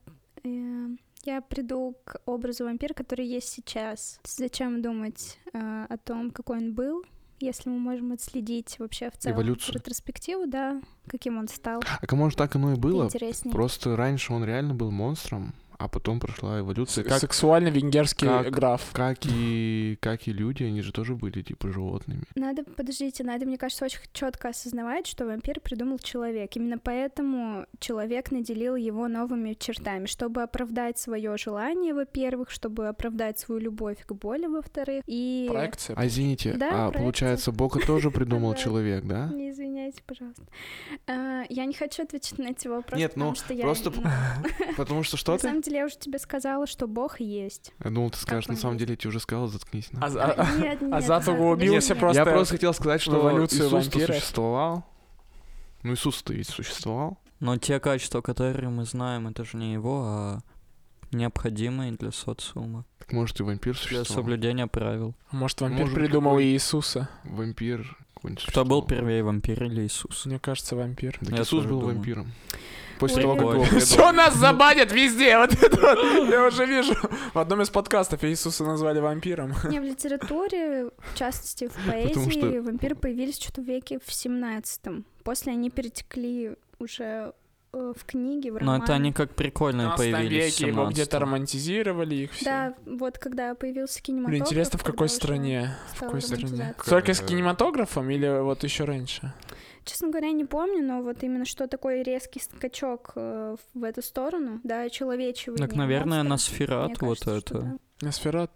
Э, Я приду к образу вампира, который есть сейчас. Зачем думать э, о том, какой он был, если мы можем отследить вообще в целом
Эволюцию.
ретроспективу, да, каким он стал.
А кому может так оно и было?
Интереснее.
Просто раньше он реально был монстром, а потом прошла эволюция. Как,
Сексуальный венгерский
как-
граф.
как, и, как и люди, они же тоже были типа животными.
Надо, подождите, надо, мне кажется, очень четко осознавать, что вампир придумал человек. Именно поэтому человек наделил его новыми чертами, чтобы оправдать свое желание, во-первых, чтобы оправдать свою любовь к боли, во-вторых, и...
Проекция.
А извините,
Да,
а
проекция.
получается, Бога
(laughs)
тоже придумал
Да.
человек, да?
Не извиняйте, пожалуйста. А, я не хочу отвечать на эти вопросы,
Нет,
потому
ну,
что я...
просто
ну,
Потому что что
На
ты?
самом деле, я уже тебе сказала, что Бог есть.
Я думал, ты скажешь, на
понять?
самом деле, я тебе уже сказал, заткнись.
А
на.
за- (laughs) а-
(laughs) Нет, нет,
Азат
Азат,
углубился
нет.
просто-
Я просто хотел сказать, что
эволюцию
Иисус
вампира.
существовал. Ну, Иисус-то ведь существовал.
Но те качества, которые мы знаем, это же не его, а необходимые для социума,
Так может и вампир
для
существовал.
соблюдения правил.
Может, вампир
Может,
придумал
какой-
Иисуса?
Вампир какой-нибудь
Кто был
существовал.
первее, вампир или Иисус?
Мне кажется, (laughs) вампир.
Так
Я
Иисус
тоже
был
думаю.
вампиром. После
Ой,
того, как
ой.
его
(laughs)
Все
предал.
нас забанят везде, вот это вот. Я уже вижу. В одном из подкастов Иисуса назвали вампиром.
Не, в литературе, в
(laughs)
частности, в
Потому
поэзии,
что-
вампиры появились что-то в веке в 17 После они перетекли уже э, в книги, в
Но
романы.
Ну, это они как прикольные Ну, появились. в
веке его где-то
17-м.
романтизировали их все.
Да, вот когда появился кинематограф...
Блин, интересно, в
когда
какой
уже
стране? В
стала
какой стране?
романтизация.
Только с
Э,
кинематографом или вот еще раньше?
Честно говоря, не помню, но вот именно что такой резкий скачок э, в эту сторону, да, человечего.
Так, наверное, на сферат вот это.
Носферат?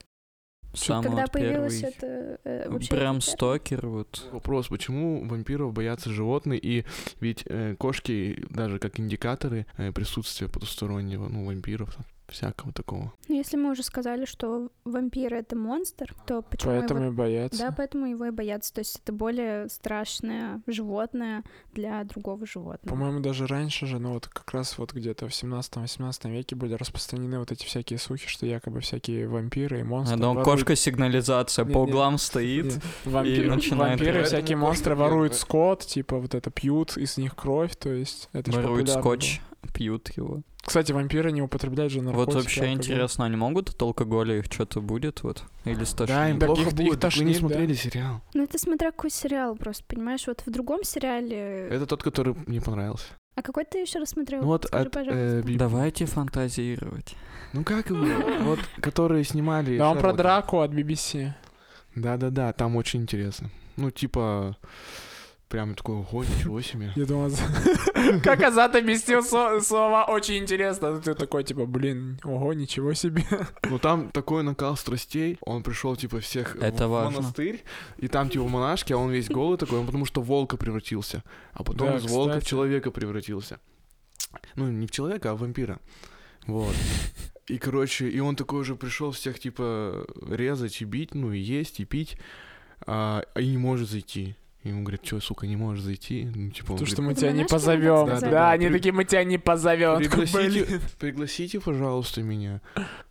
Самый
Когда
вот
появилась
первый.
это... э, вообще
Брэм
этот
Стокер, вот.
Вопрос, почему вампиров боятся животные? И ведь э, кошки, даже как индикаторы э, присутствия потустороннего, ну, вампиров, там, всякого такого.
Ну, если мы уже сказали, что вампир — это монстр, то почему его
Поэтому и боятся.
Да, поэтому его и боятся. То есть это более страшное животное для другого животного.
По-моему, даже раньше же, ну вот как раз вот где-то в 17-18 веке были распространены вот эти всякие слухи, что якобы всякие вампиры и
Я
монстры
думал,
воруют-
кошка сигнализация
Не,
по
не.
углам стоит.
Не, вампир-
и начинает
вампиры,
играть.
всякие
Поэтому
монстры
кошки
воруют
первые.
скот, типа вот это пьют, и с них кровь, то есть это ж
Воруют
популярно
скотч, пьют его.
было. Кстати, вампиры не употребляют же наркотики.
Вот вообще
алкоголь.
интересно, они могут от алкоголя их что-то будет, вот? Или
Да, им
стошнит?
Так
плохо
их- их
будет, так вы
тошнит,
не
да.
смотрели сериал.
Ну, это смотря какой сериал просто, понимаешь? Вот в другом сериале...
Это тот, который мне понравился.
А какой ты еще рассмотрел?
Ну вот
Скажи,
от, э,
пожалуйста.
Би-
Давайте фантазировать.
Ну как его? Вот, которые снимали...
Да, он про
Шерлока.
драку от BBC.
Да-да-да, там очень интересно. Ну, типа, прям такой, ого, ничего себе.
Я думал, (laughs) как Азат объяснил (laughs) со- слова «очень интересно», а ты такой, типа, блин, ого, ничего (laughs) себе.
Ну, там такой накал страстей. Он пришел, типа, всех
Это
в
важно.
монастырь, и там, типа, монашки, а он весь голый такой, он потому что в волка превратился. А потом
Да,
из волка в
кстати.
человека превратился. Ну, не в человека, а в вампира. Вот. И, короче, и он такой же пришел всех, типа, резать и бить, ну, и есть, и пить, а, и не может зайти. Ему говорят, что, сука, не можешь зайти? Ну, типа, он
То,
говорит,
что мы
Это
тебя не
монашки
позовем.
так
Да,
сказали?
они
При-
такие, мы тебя не позовем. Он такой, «Блин».
Пригласите, пригласите, пожалуйста, меня.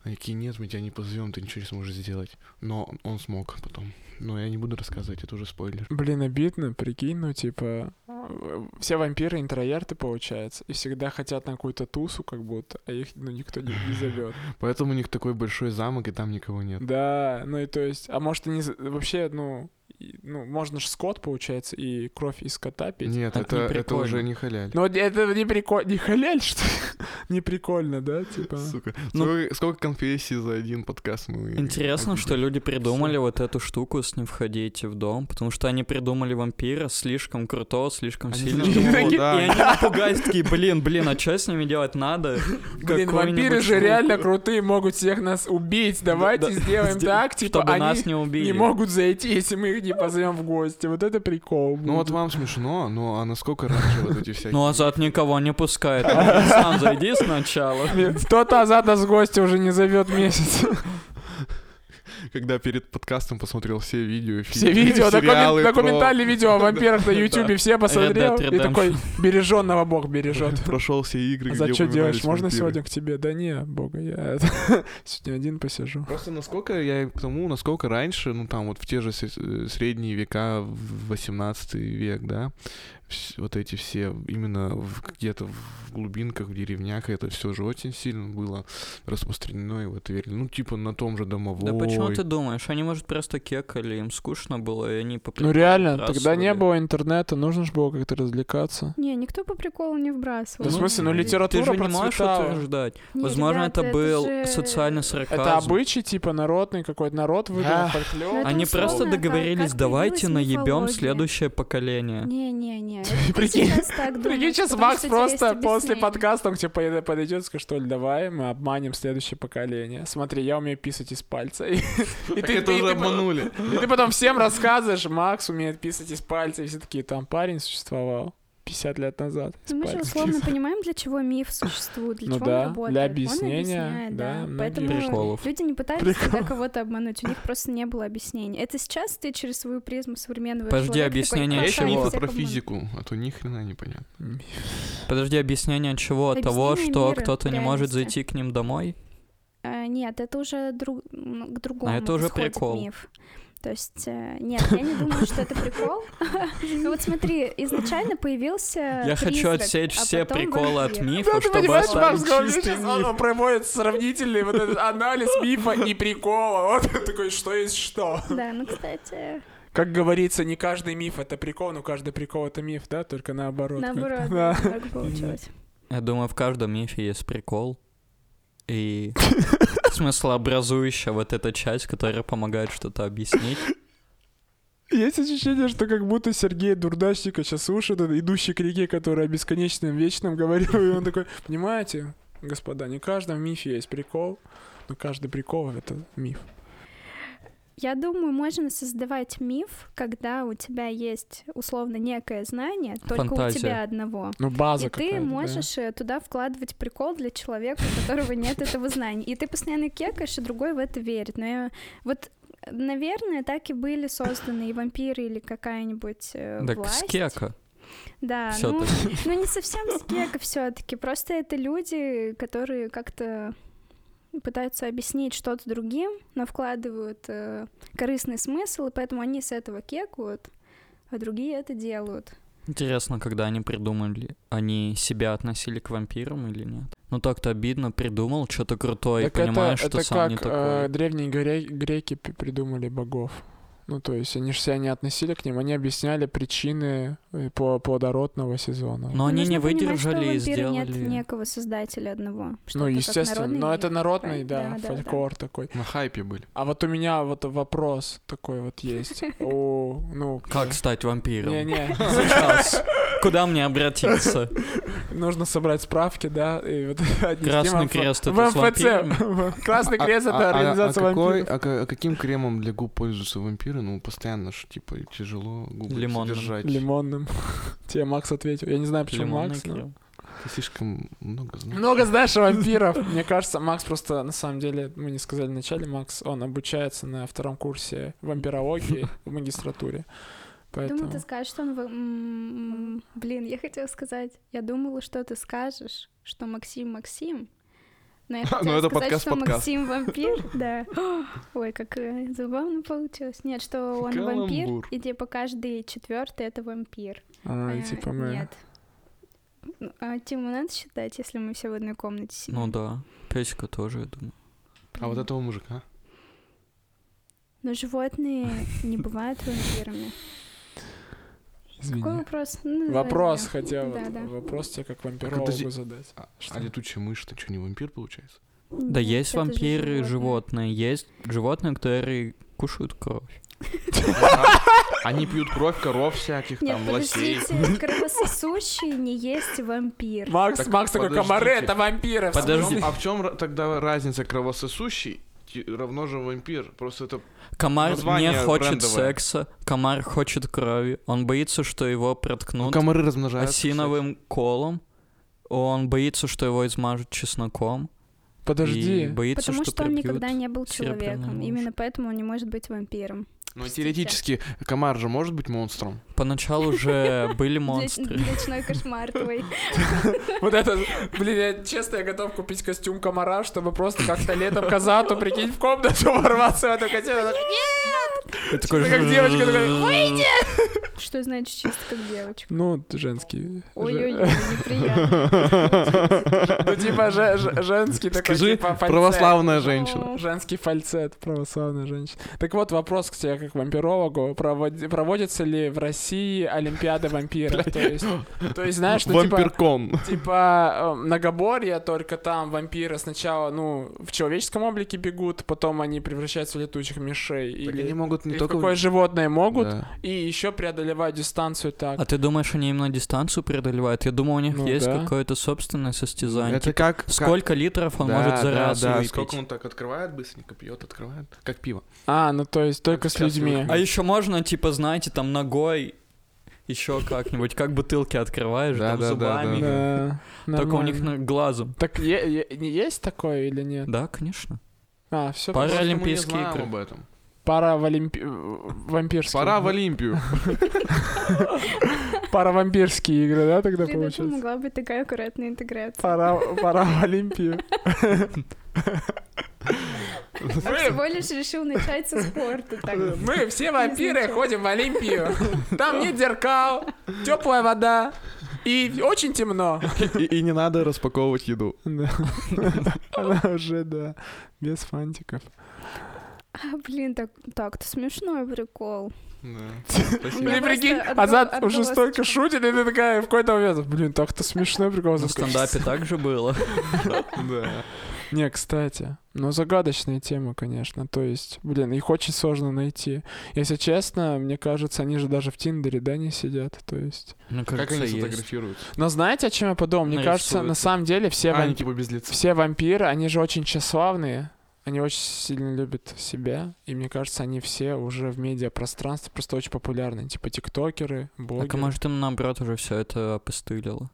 Они такие, нет, мы тебя не позовем, ты ничего не сможешь сделать. Но он смог потом. Но я не буду рассказывать, это уже спойлер.
Блин, обидно, прикинь, ну, типа, э, все вампиры интроверты, получается, и всегда хотят на какую-то тусу, как будто, а их, ну, никто не, не (laughs) зовет.
Поэтому у них такой большой замок, и там никого нет.
Да, ну и то есть, а может, они за- вообще, ну, и- ну, можно же скот, получается, и кровь из кота пить.
Нет,
Так
это,
не
это
прикольно.
уже не халяль.
Ну, это не прикольно, не халяль, что ли? (laughs) Не прикольно, да, типа?
Сука.
Ну-
Сколько, сколько конфессий за один подкаст мы...
Интересно, что
обидели?
люди придумали вот эту штуку с не входите в дом, потому что они придумали вампира слишком крутого, слишком
Они
сильного.
слишком
И
крутого,
они
да.
напугались, такие, блин, блин, а что с ними
(laughs)
делать надо?
Типа Блин,
Какую-нибудь
вампиры же
штуку,
реально крутые, могут всех нас убить. Давайте
да,
сделаем
сдел-
так, типа,
Чтобы
они
нас не убили.
не могут зайти, если мы их не позовем в гости. Вот это прикол.
Ну вот
будет.
вам смешно, но а насколько раньше вот эти всякие...
Ну,
а
Азат никого не пускает. Он, Сам зайди
(laughs)
сначала.
Блин, Кто-то Азат нас в гости уже не зовет
(laughs)
месяц.
Когда перед подкастом посмотрел все видео,
Все
фильмы,
видео,
сериалы
докумен-
про- (laughs)
документальные видео о вампирах на
Да.
Ютубе все посмотрел.
Dead
И такой, береженного Бог бережет.
Прошел все игры,
А
где
за что делаешь?
упоминались
Можно
вампиры.
сегодня к тебе? Да не, бога, я (laughs) сегодня один посижу.
Просто насколько я и к тому, насколько раньше, ну там вот в те же сре- э, средние века, в 18 век, да, вс- вот эти все именно в- где-то в глубинках, в деревнях, это все же очень сильно было распространено и в это верили. Ну типа на том же домовой.
Да почему
(laughs)
ты думаешь? Они, может, просто кекали, им скучно было, и они попри-
Ну реально,
раз
тогда не
вроде.
было интернета, нужно же было как-то развлекаться.
Не, никто по приколу не вбрасывал.
Да в смысле, ну
Ты-
литература
А Ты же не можешь
процветала.
утверждать.
Не,
Возможно,
ребята,
это был
же-
социальный сарказм.
Это обычай, типа, народный какой-то народ выдумал
Да.
Ну,
фольклор.
это
Они
условно,
просто
как- как
договорились,
появилась
давайте наебем
мифология.
следующее поколение.
Не-не-не.
(laughs)
(laughs)
Прикинь,
Сейчас так думают,
Прикинь, сейчас
потому
Макс
что тебе есть
просто после
объяснение.
подкаста он к тебе поед- подойдет и скажет, что ли, давай мы обманем следующее поколение. Смотри, я умею писать из пальца. (laughs) И и ты-
это
ты- ты
уже
потом-
(laughs)
обманули.
И ты потом всем рассказываешь, Макс умеет писать из пальца, и все такие, там парень существовал 50 лет назад. из
Ну, Мы же
пальца
условно
писал».
понимаем, для чего миф существует, для
Ну
чего
да,
он работает.
для
Он
объяснения,
объясняет,
да,
да.
многие
Поэтому
Приколов.
люди не пытались
Приколов.
тогда кого-то обмануть, у них просто не было объяснений. Это сейчас ты через свою призму современного
Подожди,
человека
объяснение
такой,
А
«Ха,
есть
чего?
я
мифы
всех
про
обманул».
физику, а то ни хрена не понятно.
Подожди, объяснение чего?
Объяснение
Того, что
мира,
кто-то не может
реальности.
зайти к ним домой?
А, Нет, это уже друг- м, к другому.
А это уже
восходит
прикол.
Миф. То есть, э, нет, я не думаю, что это прикол. (laughs) Ну Вот смотри, изначально появился
Я хочу
призрак,
отсечь
а
все
потом
приколы от
вампир.
Ну,
мифа,
ты
чтобы
понимаешь, Макс
оставить
говорит,
чистый
сейчас он
миф.
он проводит сравнительный вот этот анализ мифа и прикола. Вот он такой, что есть что.
Да, ну, кстати,
Как говорится, не каждый миф это прикол, но каждый прикол это миф, да? Только наоборот. как-то.
наоборот,
Да.
так получилось.
Я думаю, в каждом мифе есть прикол.
(laughs)
И смыслообразующая вот эта часть, которая помогает что-то объяснить.
Есть ощущение, что как будто Сергей Дурдачника сейчас слушает, этот идущий к реке, который о бесконечном вечном говорил, и он такой, понимаете, господа, не в каждом мифе есть прикол, но каждый прикол — это миф.
Я думаю, можно создавать миф, когда у тебя есть условно некое знание, только
Фантазия.
у тебя одного.
Ну, база
и ты
какая-то, да.
можешь э, туда вкладывать прикол для человека, у которого нет этого знания. И ты постоянно кекаешь, и другой в это верит. Но я- вот, э, наверное, так и были созданы и вампиры, или какая-нибудь э,
Так,
власть.
скека.
Да, ну,
Всё-таки.
ну, не совсем скека все-таки. Просто это люди, которые как-то пытаются объяснить что-то другим, но вкладывают э, корыстный смысл, и поэтому они с этого кекают, а другие это делают.
Интересно, когда они придумали, они себя относили к вампирам или нет? Ну так-то обидно, придумал что-то крутое, и
Так это-
понимаешь,
это,
что сам не
как э,
такой.
древние горе- греки пи- придумали богов. Ну, то есть они же себя не относили к ним, они объясняли причины э, пло- плодородного сезона.
Но они
Нужно
не
понимать, что
выдержали
у
и
вампира нет
сделали.
некого создателя одного. что
ну,
это как
естественно,
народный
но
миф.
это народный, да,
Да, да, да.
фольклор такой.
На хайпе были.
А вот у меня вот вопрос такой вот
(laughs)
есть. У, ну,
Как стать вампиром?
не-не, (laughs)
Сейчас. Куда мне обратиться?
нужно собрать справки, да, и вот (laughs) отнести
Красный
а в-
крест это
в
с
МФЦ. (laughs) Красный
А-
крест
а- а-
это
а
организация
какой-
вампиров.
а ка- а каким кремом для губ пользуются вампиры? Ну, постоянно ж, типа, тяжело губы
Лимонным.
держать.
Лимонным. (laughs) Тебе Макс ответил. Я не знаю, почему
Лимонный
Макс. но-
крем.
Ты слишком много знаешь.
Много знаешь о вампиров. Мне кажется, Макс просто, на самом деле, мы не сказали вначале, Макс, он обучается на втором курсе
(laughs)
вампирологии в магистратуре.
Думаю, ты
Поэтому...
скажешь, что он... во- м, м, Блин, я хотела сказать. Я думала, что ты скажешь, что Максим Максим. Но я
Ну,
хотела
это
сказать,
подкаст-
что
подкаст.
Максим вампир, да. Ой, как э, забавно получилось. Нет, что он вампир,
Каламбур.
и типа каждый четвертый это вампир.
А,
Э,
типа
(laughs)
мы...
Нет. Ну, а, Тиму надо считать, если мы все в одной комнате сидим.
Ну да, песика тоже, я думаю.
А вот этого мужика?
Но животные не бывают вампирами. Какой
Извини.
вопрос? Ну, давай
Вопрос
меня.
хотел, вот,
Да, да.
вопрос тебе как
А
вампирологу
подожди,
задать. Что?
А летучая мышь, ты что, не вампир получается?
Да
Нет,
есть
Ну, это же
вампиры и
животные.
животные, есть животные, которые кушают кровь.
Они пьют кровь коров всяких,
Нет,
там, лосей. (laughs)
подождите, кровососущий не есть
(laughs)
вампир.
Макс,
Так
Макс такой,
подождите.
комары, это вампиры. в
Подожди.
смысле?»
А в чем тогда разница кровососущий ти- равно же вампир? Просто это...
Комар
Название
не хочет
брендовое.
секса, комар хочет крови. Он боится, что
Ну,
его проткнут
комары размножаются.
осиновым колом. Он боится, что его измажут чесноком. И
Подожди.
боится,
Потому
что,
что он никогда
прибьют.
не был
серебряную
человеком.
мышь.
Именно поэтому он не может быть вампиром.
Но
Простите.
Ну, теоретически комар же может быть монстром.
(laughs)
Поначалу же были
Ноч-
монстры.
Ночной кошмар твой.
Вот это, блин, я, честно, я готов купить костюм комара, чтобы просто как-то летом к Азату, прикинь, в комнату (laughs) ворваться в эту котину.
И такой
Ты Типа как девочка такая,
Что значит чисто как девочка?
Ну, женский.
Ой-ой-ой, неприятно.
Ну, типа, же- же- женский такой,
Скажи,
типа, фальцет.
православная женщина.
О,
Женский фальцет православной женщины. Так вот, вопрос к тебе, как вампирологу. Провод- Проводятся ли в России Олимпиады вампиров? То есть, то есть, знаешь, ну, типа...
Вампиркон.
Типа э, многоборье, только там вампиры сначала, ну, в человеческом облике бегут, потом они превращаются в летучих мишей. или
они могут не
или в
только...
какое животное могут,
Да.
и еще преодолевать дистанцию так.
А ты думаешь, они именно дистанцию преодолевают? Я думаю, у них
Ну
есть
да.
какое-то собственное состязание.
Ну, Это
Типа,
как... как-
Сколько литров он
Да,
может за
да,
раз
да,
выпить?
сколько он так открывает быстренько, пьет, открывает. Как пиво.
А, ну то есть только с
Сейчас я
людьми.
возьму.
А еще можно, типа, знаете, там ногой еще как-нибудь, как бутылки открываешь,
Да,
там
да, да,
зубами.
Да,
Только у них
нормально.
на- глазом.
Так е- е- не есть такое или нет?
Да, конечно.
А, все пара,
Пара-
Просто мы не
Паралимпийские
знаем
игры.
об этом.
пара валимпи- э, вампирские.
Пора в Олимпию.
Пара вампирские игры, (laughs) да, тогда
Блин, это
получается?
могла быть такая аккуратная интеграция.
Пора, пора в Олимпию.
А всего лишь решил начать со спорта.
(laughs)
так.
Мы все
вампиры
вампиры ходим в Олимпию. Там нет зеркал, теплая вода и очень темно.
И, и не надо распаковывать еду.
Она уже, да, без фантиков.
А, блин, так, так-то смешной прикол.
(laughs) Спасибо.
меня
Блин,
просто
прикинь,
отброс-
Азат уже
отбросочек.
столько шутит, и ты такая в какой-то момент, блин, так-то смешно, прикол.
Ну,
На стендапе так же
(laughs)
было.
Да.
Не, кстати, но загадочная тема, конечно. То есть, блин, их очень сложно найти. Если честно, мне кажется, они же даже в Тиндере, да, не сидят. То есть.
Ну,
Как
кажется,
они
есть.
сфотографируются?
Но знаете, о чем я подумал? Мне кажется,
Нарисуют.
на самом деле все,
Ну, А,
вам-
они типа без лица. (laughs)
все вампиры, они же очень тщеславные. Они очень сильно любят себя. И мне кажется, они все уже в медиапространстве просто очень популярны. Типа тиктокеры, блогеры.
Так, а может, им наоборот уже все это опостылило?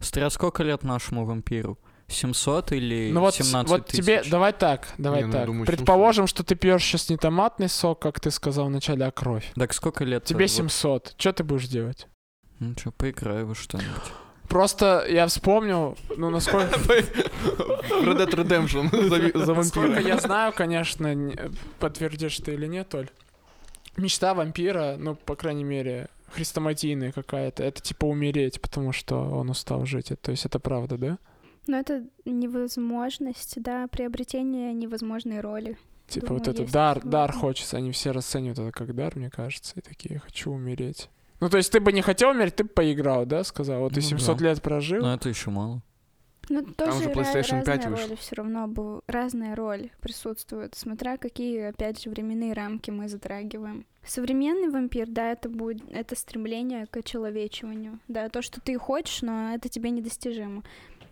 Стря, сколько лет нашему вампиру? 700 или
Ну вот,
17
вот
тысяч?
тебе, давай так, давай
Не, ну, я
так.
думаю,
Предположим, что ты пьешь сейчас не томатный сок, как ты сказал вначале, а кровь.
Так сколько лет?
Тебе
вот-
700. Что ты будешь делать?
Ну что, поиграю во что-нибудь.
Просто я вспомнил, ну, насколько...
Red Dead (laughs) Redemption за- за
Насколько
вампира.
я знаю, конечно, не- подтвердишь ты или нет, Оль. Мечта вампира, ну, по крайней мере, хрестоматийная какая-то, это типа умереть, потому что он устал жить. Это- То есть это правда, да?
Но это невозможность, да, приобретение невозможной роли.
Типа
Думаю,
вот это
есть
дар,
такое.
дар хочется. Они все расценивают это как дар, мне кажется, и такие, хочу умереть. Ну, то есть ты бы не хотел умереть, ты бы поиграл, да, сказал? Вот ты
Ну
700
да.
лет прожил,
Но это еще мало.
Ну, тоже
уже
ра-
PlayStation 5
разные
вышел.
роли все равно, бу- разная роль присутствует, смотря какие, опять же, временные рамки мы затрагиваем. Современный вампир, да, это будет, это стремление к очеловечиванию, да, то, что ты хочешь, но это тебе недостижимо.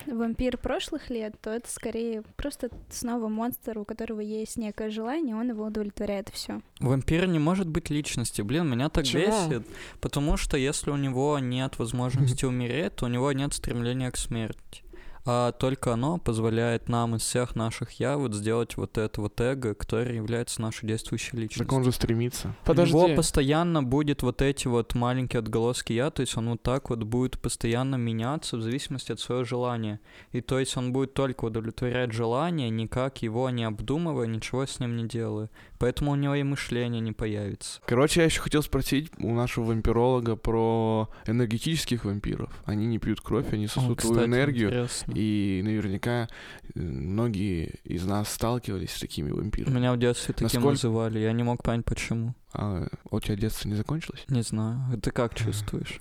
Вампир прошлых лет, то это скорее просто снова монстр, у которого есть некое желание, он его удовлетворяет, все.
Вампир не может быть личности. Блин, меня так
Почему?
бесит. Потому что если у него нет возможности умереть, то у него нет стремления к смерти. А только оно позволяет нам из всех наших я вот сделать вот этого тега, который является нашей действующей
Так
личностью.
он же стремится.
подожди.
У него постоянно будет вот эти вот маленькие отголоски я, то есть он вот так вот будет постоянно меняться в зависимости от своего желания. И то есть он будет только удовлетворять желание, никак его не обдумывая, ничего с ним не делая. Поэтому у него и мышление не появится.
Короче, я еще хотел спросить у нашего вампиролога про энергетических вампиров. Они не пьют кровь, они
О,
сосут твою
кстати,
энергию.
интересно.
И наверняка э, многие из нас сталкивались с такими вампирами.
Меня в детстве таким
Насколько-
называли, я не мог понять почему.
А а у тебя детство не закончилось?
Не знаю, а ты
(laughs)
как чувствуешь?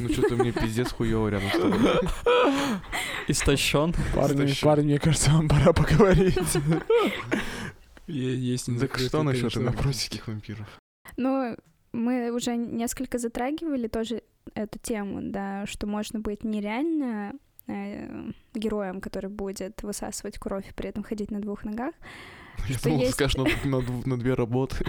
Ну что ты мне пиздец хуёво рядом с тобой.
Истощен?
Парни,
Истощен.
парни, мне кажется, вам пора поговорить. Е- Есть
Так
незакрытые
что насчет
горизонты.
инопротиких вампиров?
Ну, мы уже несколько затрагивали тоже эту тему, да, что можно быть нереально э, героем, который будет высасывать кровь и при этом ходить на двух
(laughs)
ногах.
Я
Что
думал, ты
есть-
скажешь на на дв- на две
(laughs)
работы.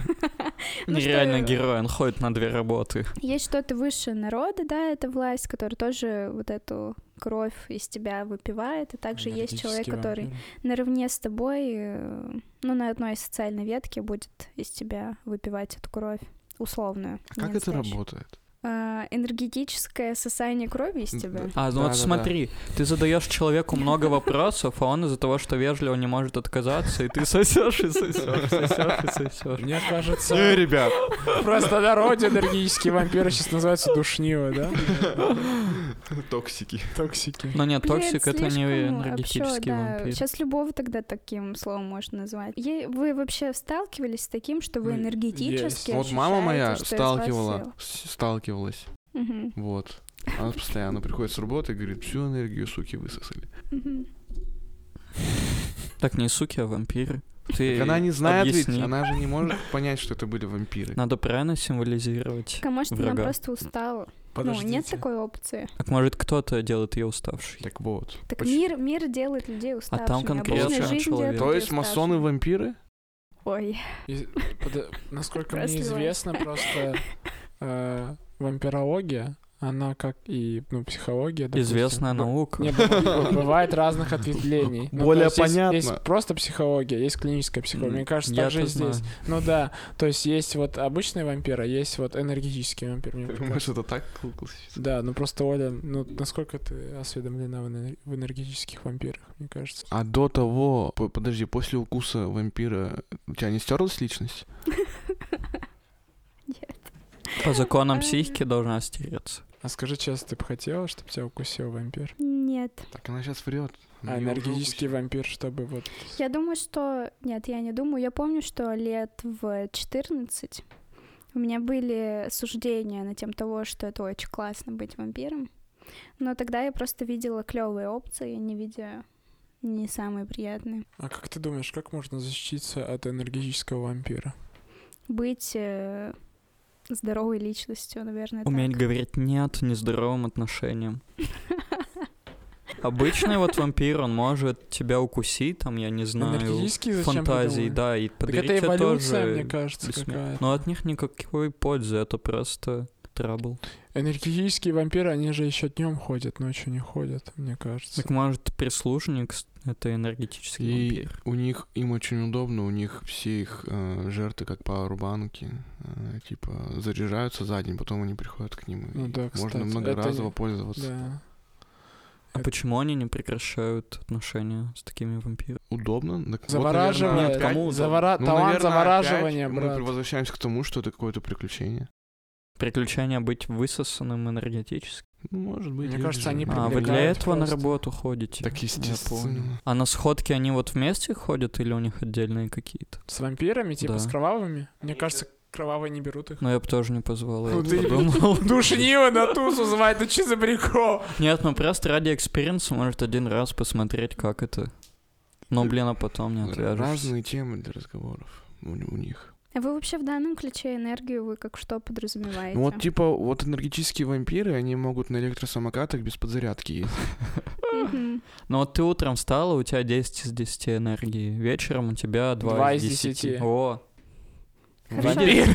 Ну, что-
Нереально герой, он ходит на две работы.
Есть что-то высшее народа, да, это власть, которая тоже вот эту кровь из тебя выпивает, и также есть человек,
Энергетический
который
вампир.
наравне с тобой, э, ну, на одной социальной ветке будет из тебя выпивать эту кровь условную. не
А как это
настоящую.
работает?
А, энергетическое сосание крови из
М,
тебя.
да.
А, ну вот
Да-да-да.
смотри, ты задаешь человеку много вопросов, а он из-за того, что вежливо не может отказаться, и ты сосешь и сосешь, сосешь и сосешь.
Мне кажется,
Не, ребят,
просто народе энергетические вампиры сейчас называются душнилы, да?
(laughs) токсики.
Токсики.
Ну,
Но нет,
Блядь,
токсик это не
слишком общо,
энергетический
да.
вампир.
Сейчас любого тогда таким словом можно назвать. Е- Вы вообще сталкивались с таким, что вы
Ну,
энергетически
есть.
Э, Вот мама моя
ощущаете, что из вас
сталкивала,
сила?
с- сталкивалась.
Мгм,
Вот. Она постоянно приходит с работы и говорит, всю энергию, суки, высосали.
мгм.
Так не суки, а вампиры. Ты
Так она не знает
объясни.
ведь, она же не может понять, что это были вампиры.
Надо правильно символизировать.
А может, она
Врага.
просто устала. Ну, нет
Подождите.
такой опции.
Так может кто-то делает ее уставшей.
Так вот.
Так
Поч-
мир, мир делает людей уставшими.
А конкретно
обычная жизнь делает
человек.
То есть
людей
масоны
уставшими.
вампиры?
Ой,
И- подо- Насколько мне
Просто
известно, просто э, вампирология, она как и ну, психология. допустим,
Известная
Ну,
б-
наука.
Не,
(laughs)
б- бывает разных ответвлений. Ну, то
Более
есть есть-
понятно.
Есть просто психология, есть клиническая
типа,
психология. Мне кажется, так же и
Я-то
здесь.
знаю.
Ну да, то есть есть вот обычные вампиры, а есть вот энергетические вампиры. Мне
Ты
так
думаешь,
кажется.
это так классифицировано?
Да, ну просто Оля, ну насколько ты осведомлена в энер- в энергетических вампирах, мне кажется.
А до того, п- подожди, после укуса вампира у тебя не стерлась личность?
По законам психики должна стереться.
А скажи честно, ты бы хотела, чтобы тебя укусил вампир?
нет.
Так она сейчас врет.
А энергетический вампир, чтобы вот...
Я думаю, что... Нет, я не думаю. Я помню, что лет в 14 у меня были суждения на тем того, что это очень классно быть вампиром. Но тогда я просто видела клевые опции, не видя не самые приятные.
А как ты думаешь, как можно защититься от энергетического вампира?
Быть э, здоровой личностью, наверное, так.
Уметь говорить нет
(laughs)
нездоровым отношениям. Обычный вот вампир, он может тебя укусить, там, я не знаю,
Энергетический зачем
фантазии,
придумали?
да, и
Так
подарить
это
тебе
эволюция,
тоже
мне кажется,
бессмер-
какая-то.
Но от них никакой пользы, это просто трабл.
Энергетические вампиры, они же еще днем ходят, ночью не ходят, мне кажется.
Так может прислужник, с- это энергетический
И
вампир.
у них, им очень удобно, у них все их э, жертвы, как пауэрбанки, э, типа, заряжаются за день, потом они приходят к ним. и
Ну да, кстати,
Можно
это
многоразово
не-
пользоваться.
Да.
А почему они не прекращают отношения с такими вампирами?
Удобно. Так вот, наверное,
Завораживает.
Нет, кому удобно?
завора-
Ну,
Талант
наверное,
завораживания,
опять
брат.
Мы возвращаемся к тому, что это какое-то приключение.
Приключение быть высосанным энергетически?
Ну, может быть.
Мне
есть
кажется,
же.
они
А, вы
привлекают
для этого на
просто.
работу ходите?
Так
Я
естественно.
понял. А на сходке они вот вместе ходят или у них отдельные какие-то?
С вампирами, типа
Да.
с кровавыми? Мне кажется, кровавые не берут их.
Но Ну, я бы тоже не позвал, я
Ну
вот
ты-
подумал.
Душнило на тусу звать, ну че за прикол?
(laughs) Нет, ну просто ради экспириенса, может, один раз посмотреть, как это. Но, блин, а потом не отвяжешься.
Разные темы для разговоров у, у них.
А вы вообще в данном ключе энергию вы как что подразумеваете?
Ну вот типа вот энергетические вампиры, они могут на электросамокатах без подзарядки ездить.
Мгм.
Но Ну, вот ты утром встала, у тебя 10 из 10 энергии. Вечером у тебя 2,
Два
из
из
10.
10.
О,
Хорошо.
видишь?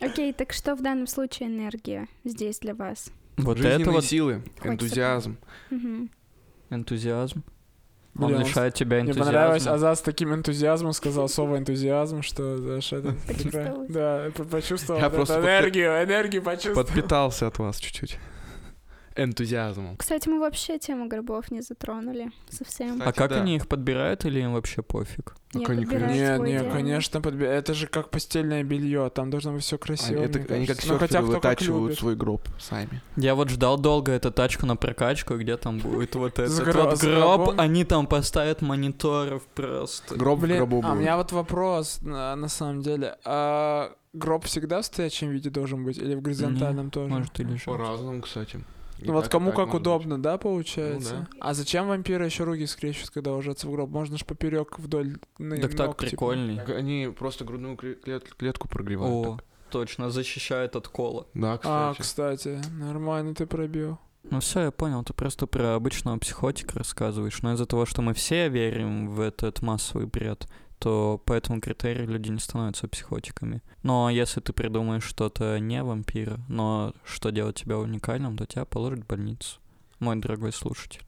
Окей, так что в данном случае энергия здесь для вас?
Вот
Жизненные
это вот
силы,
(laughs)
Хочется
энтузиазм.
Мгм.
энтузиазм.
Бля,
он
он
лишает тебя
Мне понравилось, а
энтузиазма. А
Азаз с таким энтузиазмом сказал слово энтузиазм, что знаешь, это
Почувствовалось.
да, я по- почувствовал
Я
вот
просто
эту
подпи-
энергию, энергию почувствовал.
Подпитался от вас чуть-чуть. энтузиазмом.
Кстати, мы вообще тему грибов не затронули совсем.
А
Кстати,
как
да.
они их подбирают или им вообще пофиг?
Ну,
Я
конечно.
подбираю
Не,
свой
не,
идеальный.
конечно, подбе- это же как постельное белье, там должно быть все
Они,
красиво.
это-
мне
они как
кажется. Ну, хотя
серферы
кто как
вытачивают
любит.
свой гроб сами.
Я вот ждал долго эту тачку на прокачку, где там
(laughs)
будет вот
С
этот
гро-
вот
с
гроб,
гробом.
они там поставят мониторов просто.
Гроб в
Блин,
гробу
а у
будет.
меня вот вопрос, на, на самом деле. А гроб всегда в стоячем виде должен быть или в горизонтальном тоже?
Может, и лежать.
По-разному, кстати. И
Ну вот
так, и
кому
так
как
может
удобно, да, получается?
Ну
А зачем вампиры еще руки скрещивают, когда ложатся в гроб? Можно же поперек вдоль ны-
Так так
ног, типа.
прикольней.
быть. Они просто грудную кле- клет- клетку прогревают.
О,
так.
точно, защищает от кола.
Да,
А,
кстати.
кстати, нормально ты пробил.
Ну все, я понял, ты просто про обычного психотика рассказываешь, но из-за того, что мы все верим в этот массовый бред, то по этому критерию люди не становятся психотиками. Но если ты придумаешь что-то не вампира, но что делает тебя уникальным, то тебя положат в больницу. Мой дорогой слушатель.